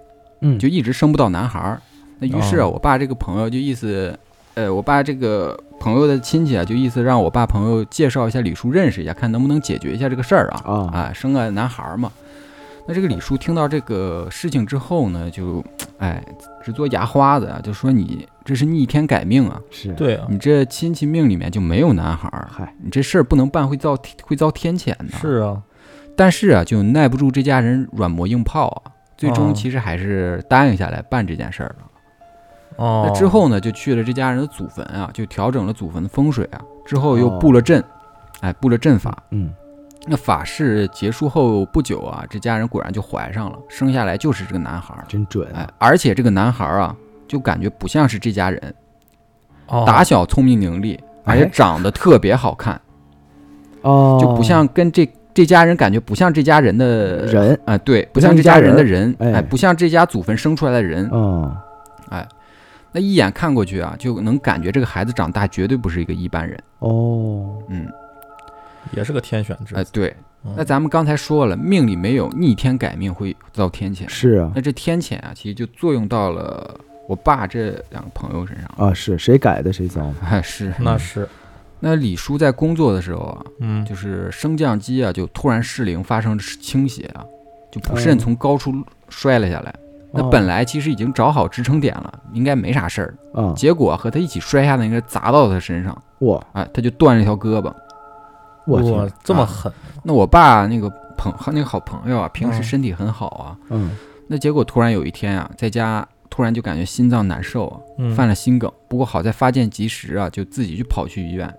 嗯，
就一直生不到男孩儿。那于是啊，
哦
我爸这个朋友就意思，呃，我爸这个朋友的亲戚啊，就意思让我爸朋友介绍一下李叔认识一下，看能不能解决一下这个事儿啊。
啊，
啊，生个男孩儿嘛。那这个李叔听到这个事情之后呢，就哎直嘬牙花子啊，就说你这是逆天改命啊，
是，
对啊
你这亲戚命里面就没有男孩儿，
嗨，
你这事儿不能办，会遭天会遭天谴的。，
是啊
但是啊，就耐不住这家人软磨硬泡啊，最
哦
终其实还是答应下来办这件事儿了。
哦，
那之后呢，就去了这家人的祖坟啊，就调整了祖坟的风水啊，之后又
哦
布了阵，哎，布了阵法。
嗯，
那法事结束后不久啊，这家人果然就怀上了，生下来就是这个男孩儿。
真准
哎，而且这个男孩儿啊，就感觉不像是这家人，
哦哎
打小聪明伶俐，而且长得特别好看，
哦，
就不像跟这这家人感觉不像这家人的。
人，
啊、对，不
不像
像这
一家
家人的人
人，哎
哎，不像这家祖坟生出来的人，
嗯，
那一眼看过去啊，就能感觉这个孩子长大绝对不是一个一般人。
哦，
嗯，
也是个天选之
哎、对。
嗯
那咱们刚才说了，命里没有逆天改命会遭天谴，
是啊，
那这天谴啊，其实就作用到了我爸这两个朋友身上。
啊，是谁改的谁糟嘛，
哎，是。
那是
那李叔在工作的时候啊，
嗯
就是升降机啊，就突然失灵，发生倾斜啊，就不慎
嗯
从高处摔了下来。那
哦
本来其实已经找好支撑点了，应该没啥事儿，
啊，
结果和他一起摔下的那个人砸到他身上，
我
哎，他就断了一条胳膊。
我去，
哇，这么狠，
那我爸那个朋那个好朋友啊，平时
嗯
身体很好啊，
嗯，
那结果突然有一天啊，在家突然就感觉心脏难受啊，
嗯，
犯了心梗。不过好在发现及时啊，就自己就跑去医院，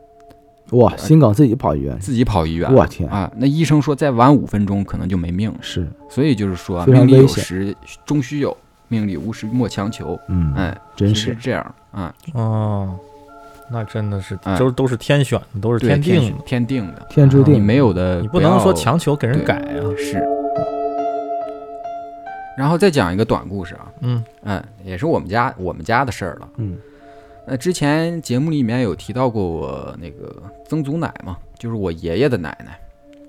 哇，心梗自己跑医院，
自己跑医院。
我天，
啊，那医生说再晚五分钟可能就没命了。
是，
所以就是说啊，
非常
命里有
危险
时终须有，命里无时莫强求。
嗯，
哎，
真
是
是，
这样啊，
哦，那真的是
哎
都都是天选的，都是
对
天
天
定
选天定的，
天注
啊
定，
你没有的
的，你不能说
要
强求给人
对
改啊。
是。然后再讲一个短故事啊，
嗯
嗯，也是我们家我们家的事儿了。
嗯
那之前节目里面有提到过我那个曾祖奶嘛，就是我爷爷的奶奶，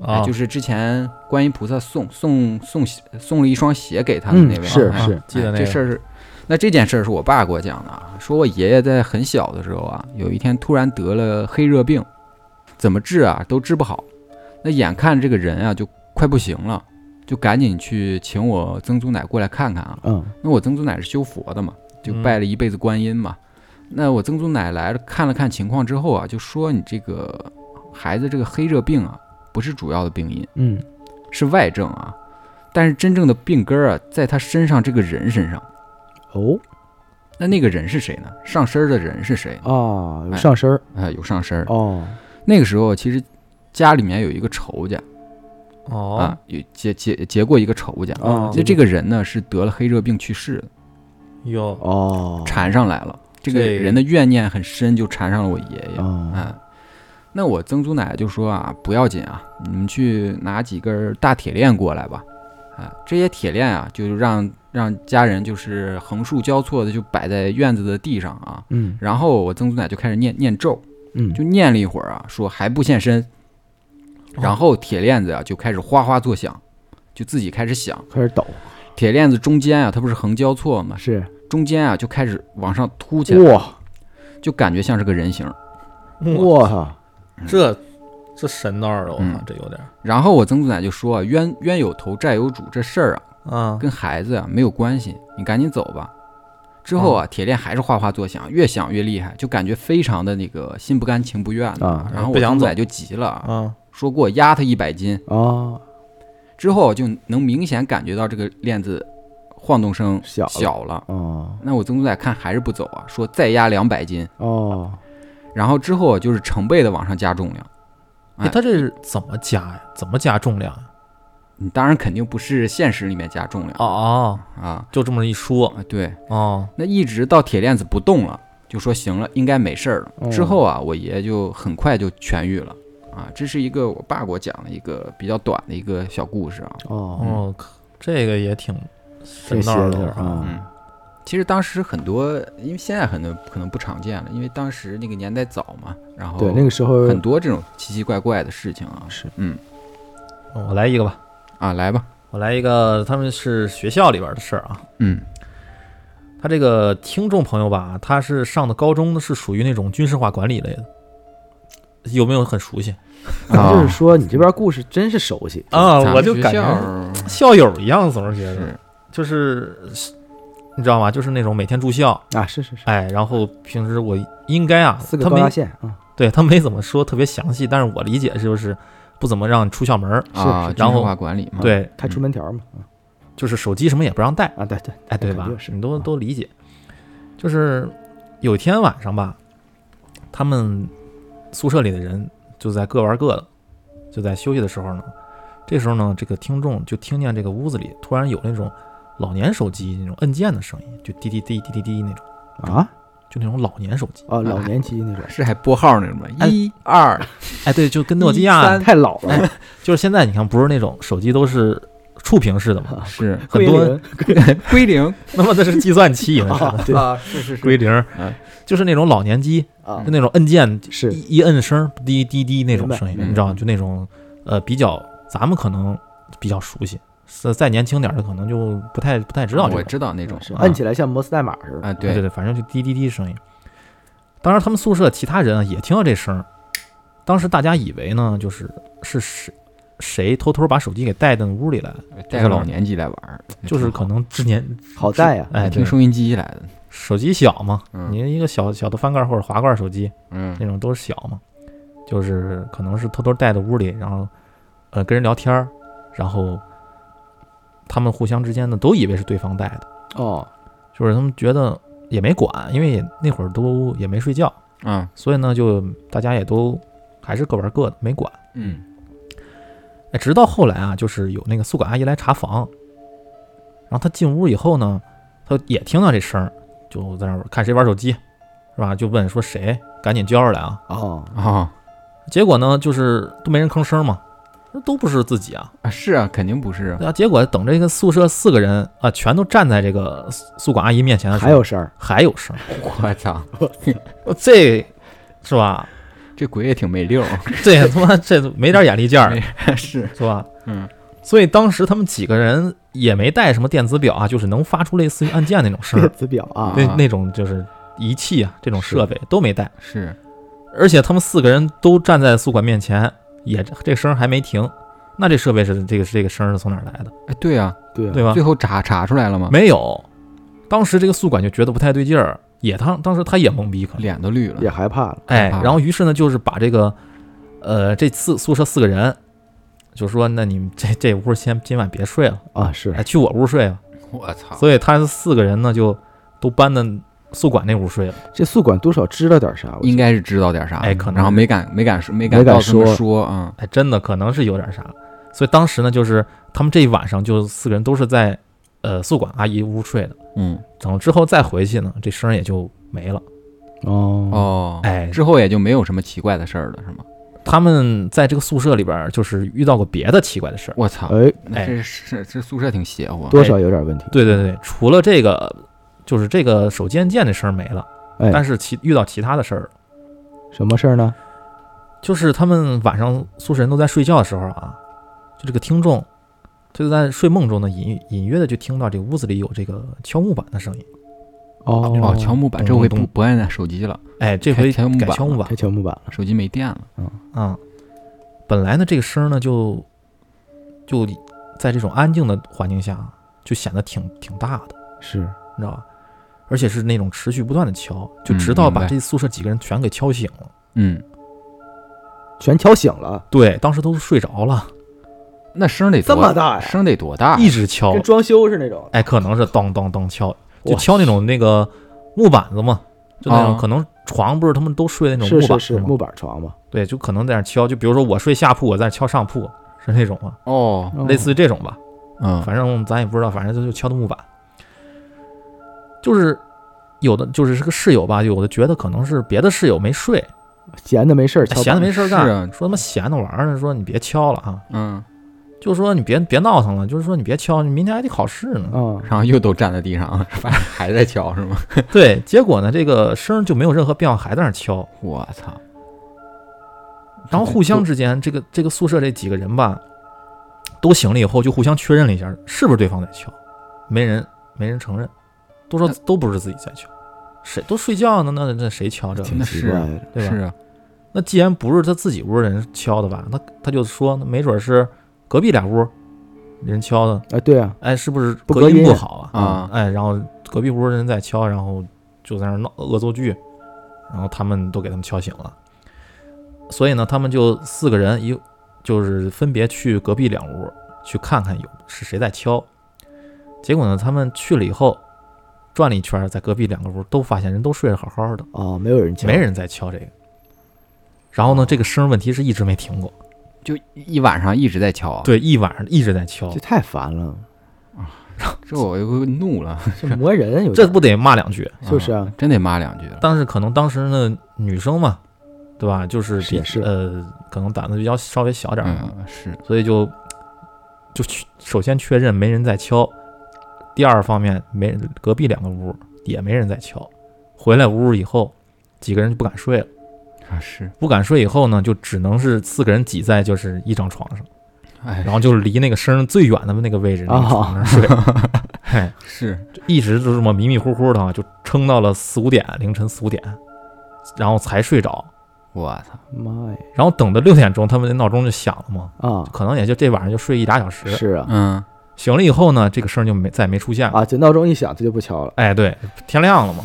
啊，
哎，就是是之前观音菩萨送送送鞋送了一双鞋给他的那
嗯，
位，
是
哎
啊
是，
记得
哎
那个
这事儿是，那这件事儿是我爸给我讲的啊，说我爷爷在很小的时候啊，有一天突然得了黑热病，怎么治啊都治不好，那眼看这个人啊就快不行了，就赶紧去请我曾祖奶过来看看啊。
嗯
那我曾祖奶是修佛的嘛，就
嗯
拜了一辈子观音嘛。那我曾祖奶来了看了看情况之后啊，就说你这个孩子这个黑热病啊，不是主要的病因，
嗯，
是外症啊。但是真正的病根儿啊，在他身上这个人身上。
哦
那那个人是谁呢？上身儿的人是谁呢？
啊，有
哎
上身儿
啊、有上身儿。
哦，
那个时候其实家里面有一个仇家、
哦
啊，，有结结结过一个仇家。
哦
那这个人呢是得了黑热病去世的，
哟，
哦
缠上来了。这个
这
人的怨念很深，就缠上了我爷爷。
哦，
哎，那我曾祖奶就说啊，不要紧啊，你们去拿几根大铁链过来吧。啊，这些铁链啊，就让让家人就是横竖交错的就摆在院子的地上啊。
嗯
然后我曾祖奶就开始念念咒，
嗯，
就念了一会儿啊，说还不现身。然后铁链子啊就开始哗哗作响，就自己开始响。
开始抖，
铁链子中间啊，它不是横交错吗？
是
中间啊就开始往上凸起来，
哇
就感觉像是个人形。
哇，
哇
啊
哈，
这这神道了，我靠
嗯，
这有点
然后我曾祖奶就说啊，冤冤有头债有主，这事儿啊
啊，
跟孩子啊没有关系，你赶紧走吧。之后啊，铁链还是哗哗作响，越响越厉害，就感觉非常的那个心不甘情不愿的。
啊
然后
不
我
想
曾祖
走
奶就急了啊，
啊，
说给我压他一百斤。
啊，
之后就能明显感觉到这个链子晃动声
小了
小了。
哦
那我曾祖奶看还是不走啊，说再压两百斤，
哦，
然后之后就是成倍的往上加重量。哎
哎，他这是怎么加呀？怎么加重量呀？
你当然肯定不是现实里面加重量
哦哦，
啊
就这么一说，
啊！对，
哦，
那一直到铁链子不动了，就说行了，应该没事儿了。
哦
之后啊，我爷爷就很快就痊愈了啊。这是一个我爸给我讲的一个比较短的一个小故事啊。
哦，
哦，可这个也挺神
这
道
邪
的
劲儿
我靠
啊
嗯，其实当时很多，因为现在很多可能不常见了，因为当时那个年代早嘛，然后
对，那个时候
很多这种奇奇怪怪的事情啊。
是
嗯，
嗯我来一个吧。
啊，来吧，
我来一个，他们是学校里边的事儿啊。
嗯
他这个听众朋友吧，他是上的高中呢，是属于那种军事化管理类的，有没有很熟悉
咱就是说你这边故事真是熟悉，
啊？
咱们
我就
学
感觉
校啊
校友一样，总是觉得
是
就是，你知道吗？就是那种每天住校，
啊，是是是，
哎，然后平时我应该啊
四，个
他
高
没
压线啊，
对他没怎么说特别详细，但是我理解就是不怎么让你出校门儿，
是
啊，
然后
军事化管理嘛，
对，
开出门条嘛，嗯
就是手机什么也不让带。
啊，对对，
哎，对
肯
吧
定？是啊
你都都理解。就是有一天晚上吧，他们宿舍里的人就在各玩各的，就在休息的时候呢，这时候呢，这个听众就听见这个屋子里突然有那种老年手机那种按键的声音，就滴滴滴滴滴滴那种，
啊，
就那种老年手机。
哦，老年机那 种，
是还拨号那种吗？
哎
一二
哎，对，就跟诺基
一
亚
三，
太老 了，
就是现在你看，不是那种手机都是触屏式的 嘛，
是
很多
归零
归零
那么那是计算 器呢，
啊，对
啊，是是
归零儿
嗯，
就是那种老年机，
啊
就，那种按键
是
一一摁声儿滴滴滴那种声音，
明白
你知道吗？
嗯
就那种呃比较咱们可能比较熟悉，再再年轻点儿的可能就不太不太知道这
我
个。
知道那种
是
啊
摁起来像摩斯代码似的，
啊，
对
对，
对，反正就滴滴滴声音。当时他们宿舍其他人啊也听到这声儿，当时大家以为呢就是是谁谁偷偷把手机给带进屋里来，
带个老年机来玩儿，
就是
哎挺好
可能之前
好啊在呀，
哎
听
对
收音机来的，
手机小嘛，
嗯
你一个小小的翻盖或者滑盖手机
嗯
那种都是小嘛，就是可能是偷偷带到屋里，然后呃跟人聊天儿，然后他们互相之间呢都以为是对方带的，
哦，
就是他们觉得也没管，因为也那会儿都也没睡觉，
嗯
所以呢就大家也都还是各玩各的，没管。
嗯
哎，直到后来啊，就是有那个宿管阿姨来查房，然后她进屋以后呢，她也听到这声儿，就在那儿看谁玩手机，是吧？就问说谁，赶紧叫出来啊！
哦，
哦
结果呢，就是都没人吭声嘛，都不是自己啊。
啊是啊，肯定不是啊，
然后结果等这个宿舍四个人啊，全都站在这个宿宿管阿姨面前的时候，
还有事儿，
还有声儿，
我操，
这是吧？
这鬼也挺没溜儿，
这他妈这没点眼力劲儿
没是，
是吧？
嗯
所以当时他们几个人也没带什么电子表啊，就是能发出类似于按键那种声儿
电，子表啊，
那
啊
那种就是仪器啊，这种
是
设备都没带，
是，
而且他们四个人都站在宿管面前，也这声儿还没停。那这设备是这个这个声儿是从哪儿来的，
哎对啊，
对啊
对吧
最？后查查出来了吗？
没有，当时这个宿管就觉得不太对劲儿，也当当时他也懵逼，可能
脸都绿了
也，害怕了，
哎，
啊
然后于是呢，就是把这个，呃，这四宿舍四个人，就说那你们这这屋先今晚别睡了，
啊，是
哎，去我屋睡吧。
我操，
所以他四个人呢就都搬到宿管那屋睡了。
这宿管多少知道点啥，我觉得
应该是知道点啥，
哎可能
啊然后没敢没敢说
没
没
敢
告诉他们
说
说啊，
哎，真的可能是有点啥。所以当时呢，就是他们这一晚上就四个人都是在呃宿管阿姨屋睡的。
嗯
等之后再回去呢，这声儿也就没了。
哦
哦，
哎，
之后也就没有什么奇怪的事儿了，是吗？
他们在这个宿舍里边儿就是遇到过别的奇怪的事儿。
我操，
哎，
那这是这宿舍挺邪乎啊，
多少有点问题，
对对对，除了这个，就是这个手机按键的声儿没了，但
哎，
是其遇到其他的事儿了，
什么事儿呢？
就是他们晚上宿舍人都在睡觉的时候啊，就这个听众，他就在睡梦中呢，隐隐约的就听到这个屋子里有这个敲木板的声音。
哦
哦，敲木板，这回不
咚
不按那手机了，
哎，这回
敲敲木板
改敲木板
开敲木板了，
手机没电了，
啊、本来呢，这个声儿呢就就在这种安静的环境下，就显得挺挺大的，
是
你知道吧？而且是那种持续不断的敲，就
嗯
直到
明
把
白
这宿舍几个人全给敲醒了。
嗯，
全敲醒了，
对，当时都睡着了，
那声儿得
这
多
么大呀，
声儿得多
啊
大呀？
一直敲
跟，装修是那种，
哎，可能是当当当敲，就
哇
敲那种那个木板子嘛，就那种、
啊
可能床不是他们都睡那种
是
木板
是
子
是
嘛，
木板床嘛，
对，就可能在那儿敲，就比如说我睡下铺，我在那儿敲上铺，是那种啊，
哦，
哦
类似于这种吧。
嗯，
反正咱也不知道，反正就就敲的木板。就是有的就是这个室友吧，有的觉得可能是别的室友没睡，
闲的没事儿敲
闲的没事儿干，
是啊
说他妈闲的玩儿呢，说你别敲了啊，
嗯，
就说你别别闹腾了，就是说你别敲，你明天还得考试呢。
啊，
然后又都站在地上啊， 反正还在敲是吗？
对，结果呢，这个声儿就没有任何变化，还在那儿敲，
我操，
然后互相之间，这个这个宿舍这几个人吧，都醒了以后就互相确认了一下，是不是对方在敲，没人没人承认，都说
那
都不是自己在敲，谁都睡觉呢，那那谁敲这个？
挺
那
奇
是
怪
啊
的，
对吧
是啊，
那既然不是他自己屋人敲的吧，那他就说，那没准是隔壁俩屋人敲的，
哎，对啊，
哎，是不是
不
隔
隔
音
音
不好啊？
啊
哎，然后隔壁屋人在敲，然后就在那儿闹恶作剧，然后他们都给他们敲醒了。所以呢，他们就四个人一就是分别去隔壁两屋去看看有是谁在敲。结果呢，他们去了以后，转了一圈，在隔壁两个屋都发现人都睡得好好的，
哦，没有人敲，
没人在敲这个。然后呢，这个声儿问题是一直没停过，
就一晚上一直在敲，，啊
对，一晚上一直在敲
这，太烦了，
这我又会怒了，
这磨人有 点
这不得骂两句？
就是啊，
真得骂两句了，
但是可能当时呢，女生嘛，对吧？就是比
也是
呃，可能胆子比较稍微小点儿，
嗯，是，
所以就就去首先确认没人在敲，第二方面没人隔壁两个屋也没人在敲，回来屋以后几个人就不敢睡了，
啊是，
不敢睡以后呢，就只能是四个人挤在就是一张床上，
哎，
然后就离那个声最远的那个位置那个床上睡，嘿，
是
就一直就这么迷迷糊糊的啊，就撑到了四五点，凌晨四五点，然后才睡着。
我操，
妈呀
然后等到六点钟，他们的闹钟就响了嘛，
啊，
可能也就这晚上就睡一俩小时，
是啊，
嗯，
醒了以后呢，这个事儿就没再也没出现了。
啊，就闹钟一响，它就不敲了。
哎，对，天亮了嘛，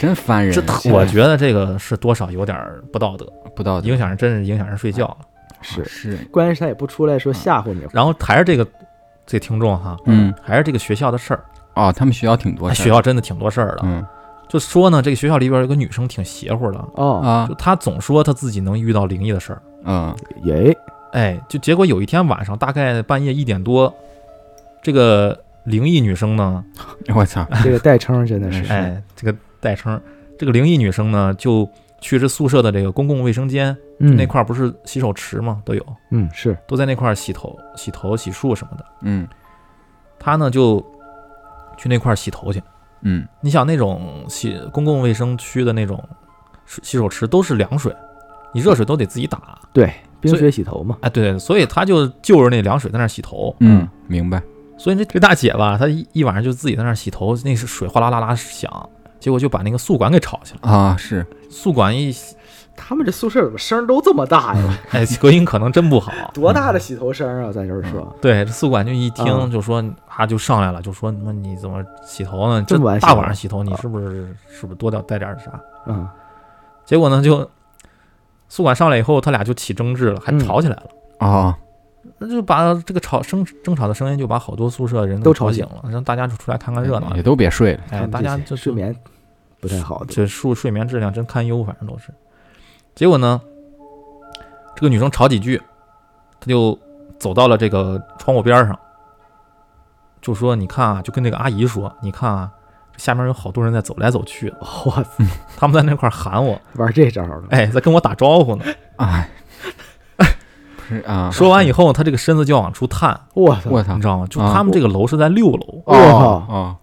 真烦人啊
这。
现在
我觉得这个是多少有点儿不道德，
不道德
影响人真是影响啊人睡觉了。
是，
是，
啊关键是他也不出来说吓唬你。
然后还是这个这听众哈，
嗯，
还是这个学校的事儿，
哦，他们学校挺多事儿
啊学校真啊的挺多事儿的。
嗯
就说呢，这个学校里边有个女生挺邪乎的，
哦，
啊
就她总说她自己能遇到灵异的事儿。
嗯
耶，
哎，就结果有一天晚上，大概半夜一点多，这个灵异女生呢，
嗯 我操，
啊
这个代称真的是
是
哎，这个代称，这个灵异女生呢，就去这宿舍的这个公共卫生间、
嗯
那块儿，不是洗手池吗？都有，
嗯是
都在那块儿洗头、洗头、洗漱什么的。
嗯
她呢就去那块儿洗头去。
嗯，
你想那种洗公共卫生区的那种水洗手池都是凉水，你热水都得自己打。
对冰
所以
雪洗头嘛。
哎，对，所以她就就着那凉水在那儿洗头。
嗯，明白，
所以那这大姐吧，她一一晚上就自己在那儿洗头，那是水哗啦啦啦响，结果就把那个宿管给吵起来。
啊，是，
宿管一
他们这宿舍怎么声儿都这么 大呀？
哎，隔音可能真不好，
多大的洗头声啊？咱就是说，
对，这宿管就一听
嗯
就说，他就上来了，就说：“那你怎么洗头呢？这
这么晚洗
大
头啊
晚上洗头，你是不是是不是多掉带点啥
嗯，？”
结果呢，就宿管上来以后，他俩就起争执了，还
嗯
吵起来了。
哦，
那就把这个吵声争吵的声音就把好多宿舍人
都
吵
吵
醒了，让大家就出来看看热闹
也。都别睡了，
哎，
他们
大
这
家
些
就是
睡眠不太好的。
这睡睡眠质量真堪忧，反正都是。结果呢，这个女生吵几句，她就走到了这个窗户边儿上，就说：“你看啊，就跟那个阿姨说，你看啊，这下面有好多人在走来走去，
哇塞，
他们在那块儿喊我，
玩这招了，
哎，在跟我打招呼呢。
哎，不是啊，
说完以后，她这个身子就要往出探，
我操！
我操
你，知道吗？就
啊
他们这个楼是在六楼，
哦
哇
哦，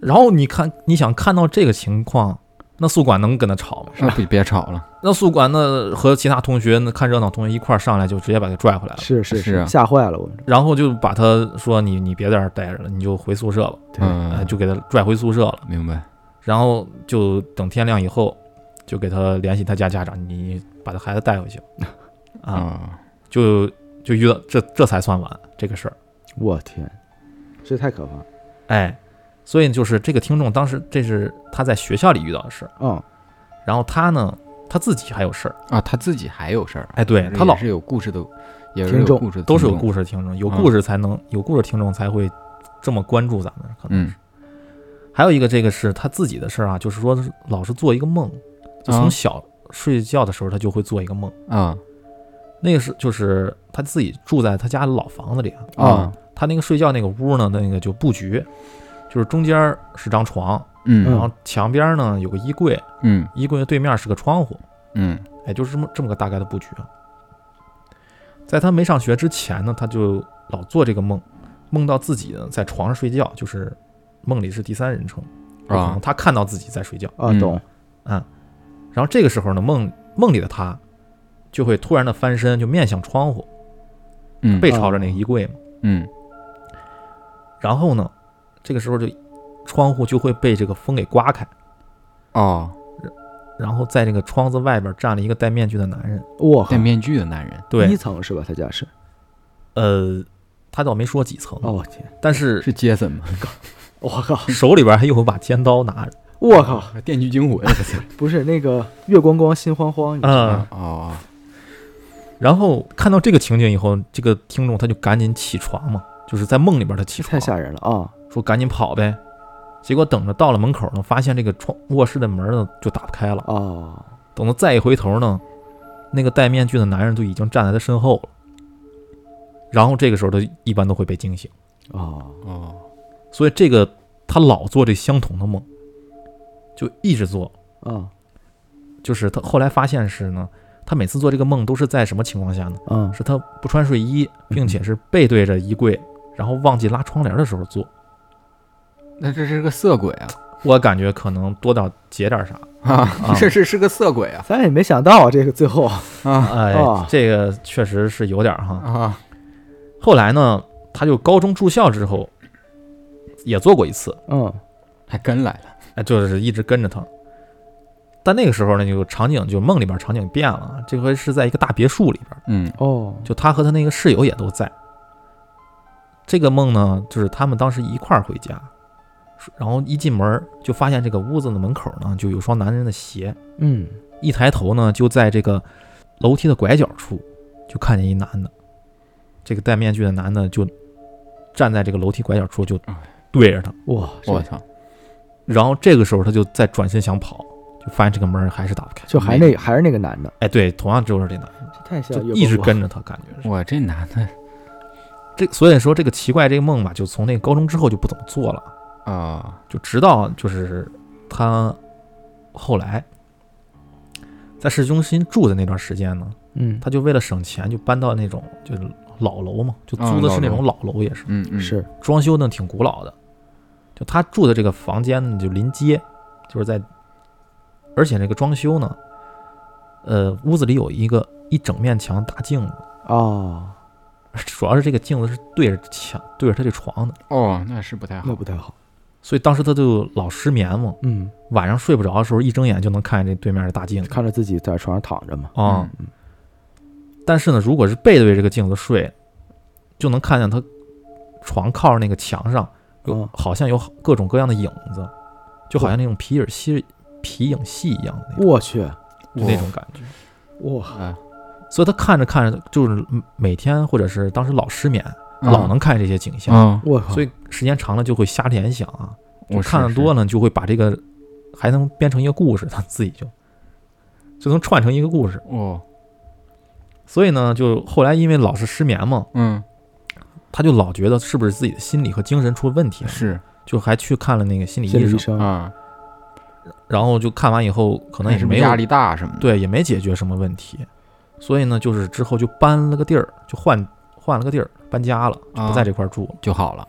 然后你看，你想看到这个情况，那宿管能跟他吵吗？
那不别吵了，
那宿管呢和其他同学那看热闹同学一块儿上来，就直接把他拽回来了，
是是
是啊
吓坏了我们。
然后就把他说你你别在这儿待着了，你就回宿舍吧，哎，
嗯，
就给他拽回宿舍了。
明白，
然后就等天亮以后，就给他联系他家家长，你把他孩子带回去啊，
啊，
就就遇到这这才算完这个事儿，
我天，这太可怕了。
哎。所以就是这个听众当时这是他在学校里遇到的事儿，
嗯，
然后他呢他自己还有事儿，
啊，他自己还有事儿，
哎，对他老
也是有故事的，也是
听
有
众
故事的，
都是有
事，
故事的听众，有
嗯
故事才能、有故事听众才会这么关注咱们。可能
嗯
是、还有一个，这个是他自己的事儿啊，就是说老是做一个梦，就
啊
从小睡觉的时候他就会做一个梦。
啊
那个是就是他自己住在他家的老房子里啊，
啊，
他那个睡觉那个屋呢，那个就布局，就是中间儿是张床，然
嗯
后墙边儿呢有个衣柜，
嗯
衣柜对面是个窗户，
嗯
哎，就是这么这么个大概的布局啊。在他没上学之前呢，他就老做这个梦，梦到自己呢在床上睡觉，就是梦里是第三人称，有可能
啊，
他看到自己在睡觉。
啊，
嗯
懂。
然后这个时候呢，梦梦里的他就会突然的翻身，就面向窗户，
嗯
背
哦
朝着那个衣柜嘛。
嗯
然后呢，这个时候就窗户就会被这个风给刮开，
哦，
然后在这个窗子外边站了一个戴面具的男人。
我靠
戴，面具的男人
一
对，
层是吧？他家是。
呃，他倒没说几层，
哦，我天，
但是
是杰森吗？
我靠，
手里边还有把尖刀拿着。
我靠，
电锯惊魂，
不是那个月光光心慌慌，你知道吗
嗯，
啊哦，
然后看到这个情景以后，这个听众他就赶紧起床嘛，就是在梦里边他起
太
床，
吓人了啊！
说赶紧跑呗。结果等着到了门口呢，发现这个窗卧室的门呢就打不开了。
哦，
等到再一回头呢，那个戴面具的男人就已经站在他身后了。然后这个时候他一般都会被惊醒，
哦，
哦，
所以这个他老做这相同的梦，就一直做。
啊，
就是他后来发现是呢，他每次做这个梦都是在什么情况下呢？
嗯，
是他不穿睡衣，并且是背对着衣柜，然后忘记拉窗帘的时候做。
那这是个色鬼啊
我感觉可能多点解点啥，
啊， 这是是个色鬼啊
咱也没想到这个最后
啊
哎
哦，
这个确实是有点儿哈。
啊，
后来呢，他就高中住校之后，也做过一次，
嗯，
还跟来了，
哎，就是一直跟着他。但那个时候呢，就场景就梦里边场景变了，这回是在一个大别墅里边，
嗯
哦，
就他和他那个室友也都在。这个梦呢，就是他们当时一块儿回家，然后一进门儿就发现这个屋子的门口呢就有双男人的鞋，
嗯，
一抬头呢就在这个楼梯的拐角处就看见一男的，这个戴面具的男的就站在这个楼梯拐角处就对着他，
哇，这
我操，
然后这个时候他就再转身想跑，就发现这个门儿还是打不开。
就还那还是那个男的，
哎，对，同样就是这男的，
这太像
就
月
一直
光光
跟着他，感觉是
我这男的
这。所以说这个奇怪这个梦吧，就从那个高中之后就不怎么做了。
啊，
就直到就是他后来在市中心住的那段时间呢，
嗯，
他就为了省钱，就搬到那种就是老楼嘛，就
啊
租的
老
是那
楼
种老楼，也是
嗯嗯，
是
装修呢挺古老的。就他住的这个房间呢，就临街，就是在，而且这个装修呢，呃，屋子里有一个一整面墙大镜子，
哦，
主要是这个镜子是对着墙对着他这床的，
哦，那是不太好
那不太好，
所以当时他就老失眠嘛，
嗯，
晚上睡不着的时候，一睁眼就能看见这对面的大镜子
看着自己在床上躺着嘛，
啊、
嗯
但是呢，如果是背对这个镜子睡，就能看见他床靠着那个墙上，有、
哦
好像有各种各样的影子，就好像那种皮影戏、皮影戏一样的那种
我去，
就那种感觉。
哇，
啊，
所以他看着看着，就是每天或者是当时老失眠，
嗯
老
哦
能看见这些景象，
啊，
我靠，
所以时间长了就会瞎联想啊。
我
我看的多了，就会把这个还能编成一个故事，他自己就就能串成一个故事。
哦，
所以呢，就后来因为老是失眠嘛，
嗯，
他就老觉得是不是自己的心理和精神出问题了，
是
就还去看了那个心理
心
医
理医
生，
生，
啊，
然后就看完以后可能也
是
没有
压力大什么的，
对，也没解决什么问题，所以呢，就是之后就搬了个地儿，就换换了个地儿，搬家了，就
啊
不在这块儿住了。
就好了。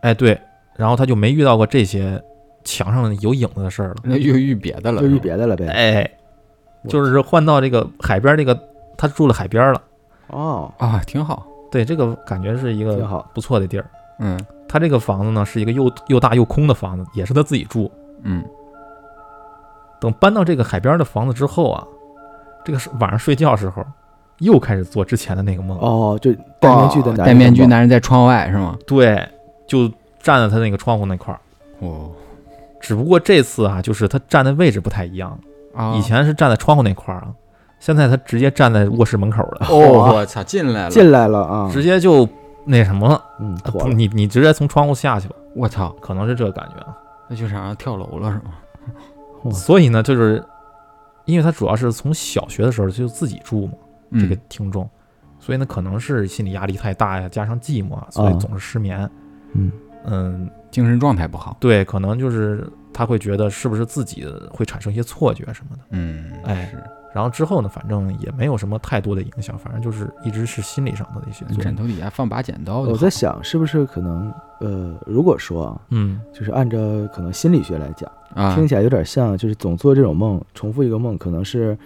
哎，对，然后他就没遇到过这些墙上有影子的事儿了。
那又遇别的了，
就遇别的了呗，
哎，就是换到这个海边儿这个，他住了海边儿了。
哦，
啊，挺好。
对，这个感觉是一
挺
个
好，
不错的地儿。
嗯
他这个房子呢是一个又又大又空的房子，也是他自己住。
嗯，
等搬到这个海边的房子之后啊，这个是晚上睡觉时候又开始做之前的那个梦。
哦，就戴面具的男人，
哦戴面具，男人在窗外是吗？
对，就站在他那个窗户那块儿，
哦，
只不过这次啊，就是他站的位置不太一样，
啊，
哦
以前是站在窗户那块儿啊，现在他直接站在卧室门口了，
哦，我操，进来了，
进来了啊，
直接就那什么了，
嗯，
不
妥了，
你你直接从窗户下去吧，
我操，
可能是这个感觉啊。
那就是让跳楼了是吗？
哇
所以呢，就是因为他主要是从小学的时候就自己住嘛。这个
嗯，
听众，所以呢，可能是心理压力太大呀，加上寂寞啊，所以
啊
总是失眠。
嗯，
嗯，
精神状态不好。
对，可能就是他会觉得是不是自己会产生一些错觉什么的。
嗯，
哎
是
然后之后呢，反正也没有什么太多的影响，反正就是一直是心理上的一些作
枕
用。
头底下放把剪刀就
我
好。
在想是不是可能，呃，如果说啊，
嗯，
就是按照可能心理学来讲。
啊，
听起来有点像，就是总做这种梦，重复一个梦，可能是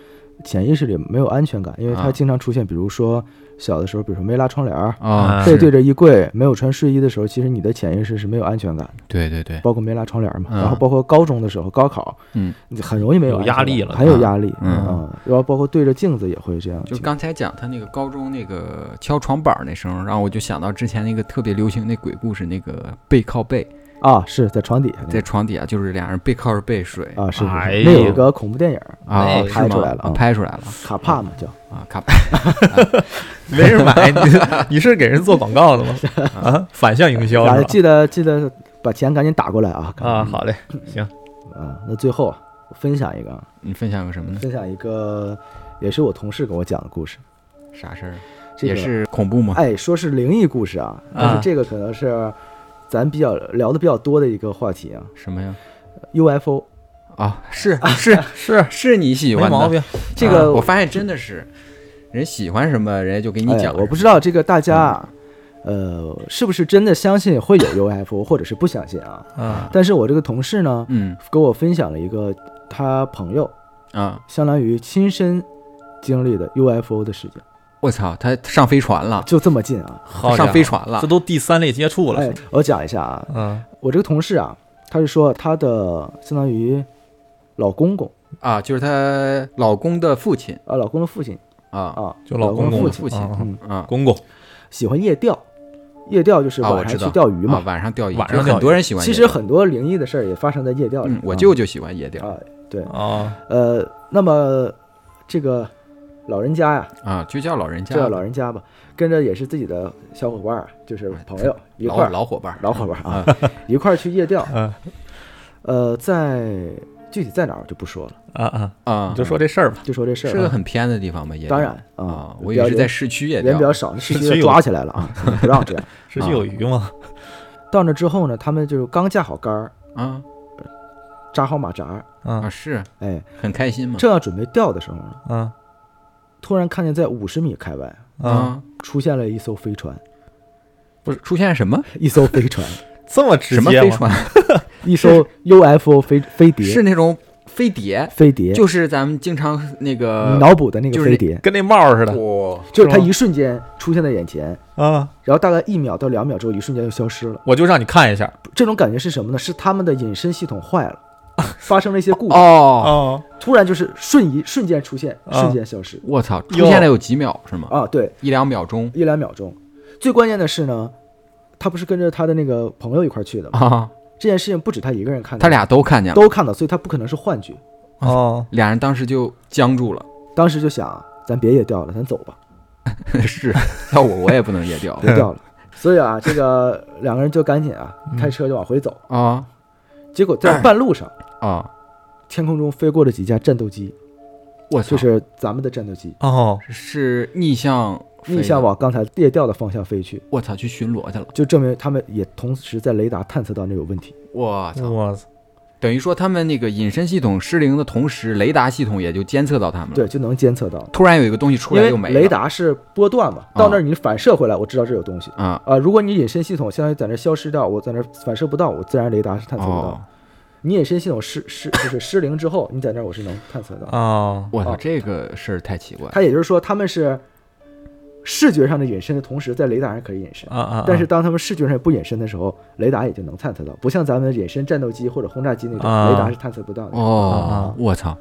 潜意识里没有安全感，因为
啊
它经常出现，比如说小的时候，比如说没拉窗帘儿，
啊，
嗯
背
是
对着衣柜，没有穿睡衣的时候，其实你的潜意识是没有安全感的，
对对对，
包括没拉窗帘儿嘛，
嗯
然后包括高中的时候，高考，
嗯，
你很容易没
有
安全感
压力了
很有压力，
嗯
然后包括对着镜子也会这样，
就刚才讲他那个高中那个敲床板儿那声儿，然后我就想到之前那个特别流行那鬼故事，那个背靠背，
啊，是在床底下那
在
个，
床底下就是俩人背靠着背睡
啊，是是
哎
是，
呦
那有一个恐怖电影儿
啊，
那
是
拍出
吗
来了
啊
嗯
拍出来了
卡帕嘛叫，
啊， 卡
没人买， 你你是给人做广告的吗？啊，反向营销
啊，
是
记得记得把钱赶紧打过来啊，
吧？啊，好嘞，行，
啊，那最后啊我分享一个啊。
你分享个什么呢？
分享一个，也是我同事跟我讲的故事。
啥事儿？
这
也
个、，
是恐怖吗？
哎，说是灵异故事啊，但是这个可能是咱比较聊的比较多的一个话题啊。
什么呀？
UFO
啊，是 是
是
是你喜欢
没
的
毛病。
这
啊
个
我发现真的是，人喜欢什么，人家就给你
哎
讲。
我不知道这个大家啊，呃，是不是真的相信会有 UFO，或者是不相信啊？
啊，
但是我这个同事呢，
嗯
跟我分享了一个他朋友
啊，
相当于亲身经历的 UFO 的事情，
我操，他上飞船了，
就这么近啊！
好
上
家
飞
伙，
船了
这，都第三类接触了
哎。，我讲一下啊，
嗯，
我这个同事啊，他是说他的相当于老公公
啊，就是她老公的父亲
啊，老公的父亲
啊
啊，
就
老
老公
的
公
父
嘛
亲，
父亲
啊啊
嗯，
啊
公公
喜欢夜钓，夜钓就是
啊我
晚上
知道
去钓鱼
啊
嘛。
晚上钓鱼，
晚
就是
上钓
很多人喜欢夜
其
钓。
实很多灵异的事儿也发生在夜钓里。
嗯，我
啊
舅舅喜欢夜钓
啊，对，
哦，
呃，那么这个老人家呀，
啊，就叫老人家
这叫老人家吧，跟着也是自己的小伙伴儿，就是朋友一块
老
儿
哎老伙伴儿，
老伙伴儿啊， 一块儿去夜钓。
嗯
呃，在具体在哪儿我就不说了，
啊啊，
啊
你，就说这事儿吧。
就说这事
是个
儿啊。
很偏的地方吧？夜钓
当然
啊
啊，，
我
比
以
较
为是在
人
市区夜
人
钓
比较少，市
市区
区
有
抓起来了啊，不让这样。
是去有鱼吗？
到那之后呢，他们就是刚架好杆儿，
啊
扎好马扎，
嗯
啊，是
哎，
很开心嘛？
正要准备钓的时候呢，
嗯
突然看见在五十米开外
嗯，
啊，
出现了一艘飞船，
不是出现什么
一艘飞船，
这么直
什么
接
飞
吗？
船，
一艘 UFO 飞飞碟
是，那种飞碟，
飞碟，
就是咱们经常那
你
个
脑补的那
就
个
是
飞碟，
跟那帽儿似的
哇，
就是它
是吗
一瞬间出现在眼前，
啊！
然后大概一秒到两秒之后，一瞬间就消失了。
我就让你看一下
这种感觉是什么呢？是他们的隐身系统坏了， 发生了一些故障，
哦，
哦，
突然就是瞬移，瞬间出现，
啊
瞬间消失。
我操，出
哟
现了有几秒是吗？
啊，对，
一两秒钟
一两秒钟。最关键的是呢，他不是跟着他的那个朋友一块儿去的吗？
啊，
这件事情不止他一个人看到，
他俩都看见了，
都看到，所以他不可能是幻觉。
哦，
俩人当时就僵住了。
当时就想，咱别夜钓了，咱走吧，
是，要我我也不能夜钓
别钓了。所以啊，这个两个人就赶紧啊，
嗯
开车就往回走。
啊
结果在半路上，
啊！
天空中飞过了几架战斗机，
我操，
就是咱们的战斗机，
哦，
是逆向飞
逆向
的，
往刚才夜钓的方向飞去，
我操，去巡逻去了。
就证明他们也同时在雷达探测到那有问题。
我
嗯
操，
我操，
等于说他们那个隐身系统失灵的同时，雷达系统也就监测到他们了。，
对，就能监测到。
突然有一个东西嗯出
因
来
为
又没了。
雷达是波段嘛，到那儿你反射回来，我知道这有东西。
啊，
啊、如果你隐身系统相当于在那儿消失掉，我在那儿反射不到，我自然雷达是探测不到。
哦，
你隐身系统失失 就是失灵之后，你在那儿我是能探测到。
哦，
我操，
哦
这个事儿太奇怪了。
它也就是说，他们是视觉上的隐身的同时，在雷达上可以隐身。
啊啊！
但是当他们视觉上也不隐身的时候，雷达也就能探测到，不像咱们隐身战斗机或者轰炸机那种，
啊
雷达是探测不到的。
哦
啊，
我操，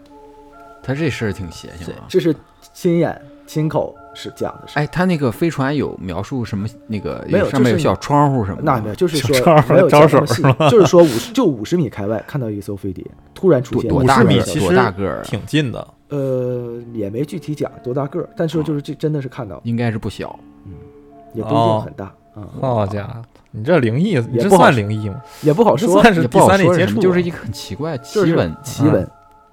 他这事儿挺邪性啊。
这是亲眼亲口是讲的事。
哎，他那个飞船有描述什么？那个
没有
上面有
就是
小窗户什么的吗。
那没有，就是说
小招儿
没有
招手
讲那么细就是说五十就五十米开外看到一艘飞碟突然出
多
现，
多
50
大个
米
儿？
的
其
多
实
大个儿？
挺近的，
呃，也没具体讲多大个儿，但是就是这真的是看到，
应该是不小。
嗯也不一定
哦
很大啊，
好家伙，你这灵异，你
也
这
不好
算
说
灵异吗？
也不好
这
说
算
也
是第
不好
三类
说
接
什么
触吧，
就是一个很奇怪的奇闻。
奇闻，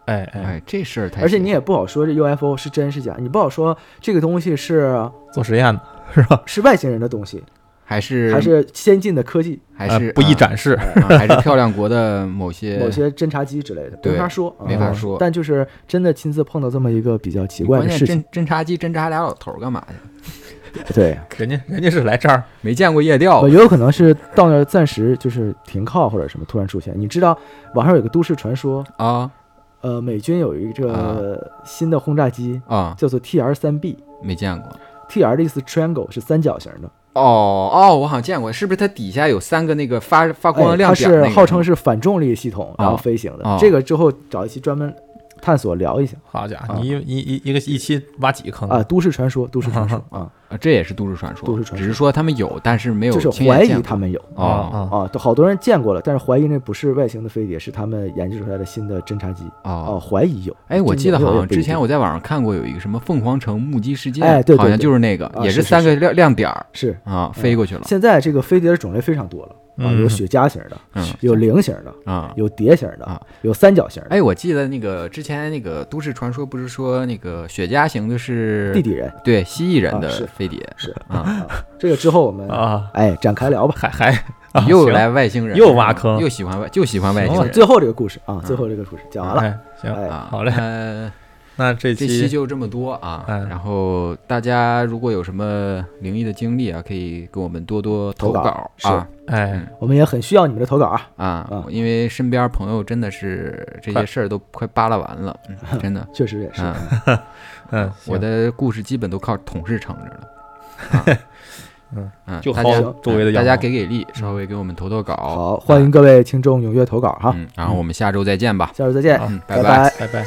哎哎，
哎，这事儿太邪……
啊而且你也不好说这 UFO 是真是假，你不好说这个东西是呃
做实验的是吧？
是外星人的东西，
还是
还是先进的科技，
还是
呃不易
啊
展示，
啊还是漂亮国的某 些
某些侦察机之类的，
对
没法说，啊
没法说
但就是真的亲自碰到这么一个比较奇怪
关
的
键
事情
侦，侦察机侦察俩老头儿干嘛去？
对，
人家人家是来这儿
没见过夜钓
我也有可能是到那儿暂时就是停靠或者什么突然出现。你知道网上有个都市传说，
啊
呃，美军有一个新的轰炸机
啊，
叫做 TR 三 B，TR
没见过。
的意思 triangle 是三角形的，
哦哦，我好像见过，是不是它底下有三个那个发发光
哎
的亮
它
点儿那
是
个？
号称是反重力系统，然后
哦
飞行的。
哦
这个之后找一期专门探索聊一下
好家伙，
啊
你一一一一个一期挖几个坑
嗯
啊，都市传说，都市传 说啊，
啊，这也是都市传说，
都市传说
只是说他们有，但是没有
就是
哎亲眼
怀
见
疑
过
他们有。
啊
哦
啊！
啊，都好多人见过了，但是怀疑那不是外星的飞碟，是他们研制出来的新的侦察机。哦，
哦。
怀疑有。
哎，我
真
记得
有
好
也
像
不一
之前
定
我在网上看过有一个什么凤凰城目击事件，
哎对对
好像
对
就是那个，
啊
也
是是嗯
三个亮亮点儿
是
啊，飞过去了
现在这个飞碟的种类非常多了啊，
嗯
有雪茄型的，
嗯
有菱形的，
啊。
有碟形
啊
的，有三角形的。
哎，我记得那个之前那个都市传说不是说那个雪茄型的是
地底人
对蜥蜴人
啊
的
是
飞碟
是
啊，
啊，这个之后我们
啊，
哎展开聊吧。
还还
你又来外星人，
啊行又挖坑
又喜欢外，就喜欢外
行
星
了
啊，
人。
最后这个故事啊，最后这个故事讲完了。
哎，行，
哎，
啊，
好嘞
呃
那这
这期
期
就这么多啊。
嗯
然后大家如果有什么灵异的经历啊，可以给我们多多投
投稿
稿
是
啊
哎
我们也很需要你们的投稿啊。
啊
啊，
因为身边朋友真的是这些
快
事儿都快扒拉完了，嗯真的。
确实也是，
嗯，
嗯，
我
行
的故事基本都靠同事撑着了。啊
嗯
嗯，
就
大家
薅周围的
大
羊
家
毛
给给力，稍微给我们投投稿。啊
好，欢迎各位听众踊跃投稿哈。
嗯嗯，然后我们下周再见吧。
下周再见，
嗯，
拜
拜
拜。
拜拜。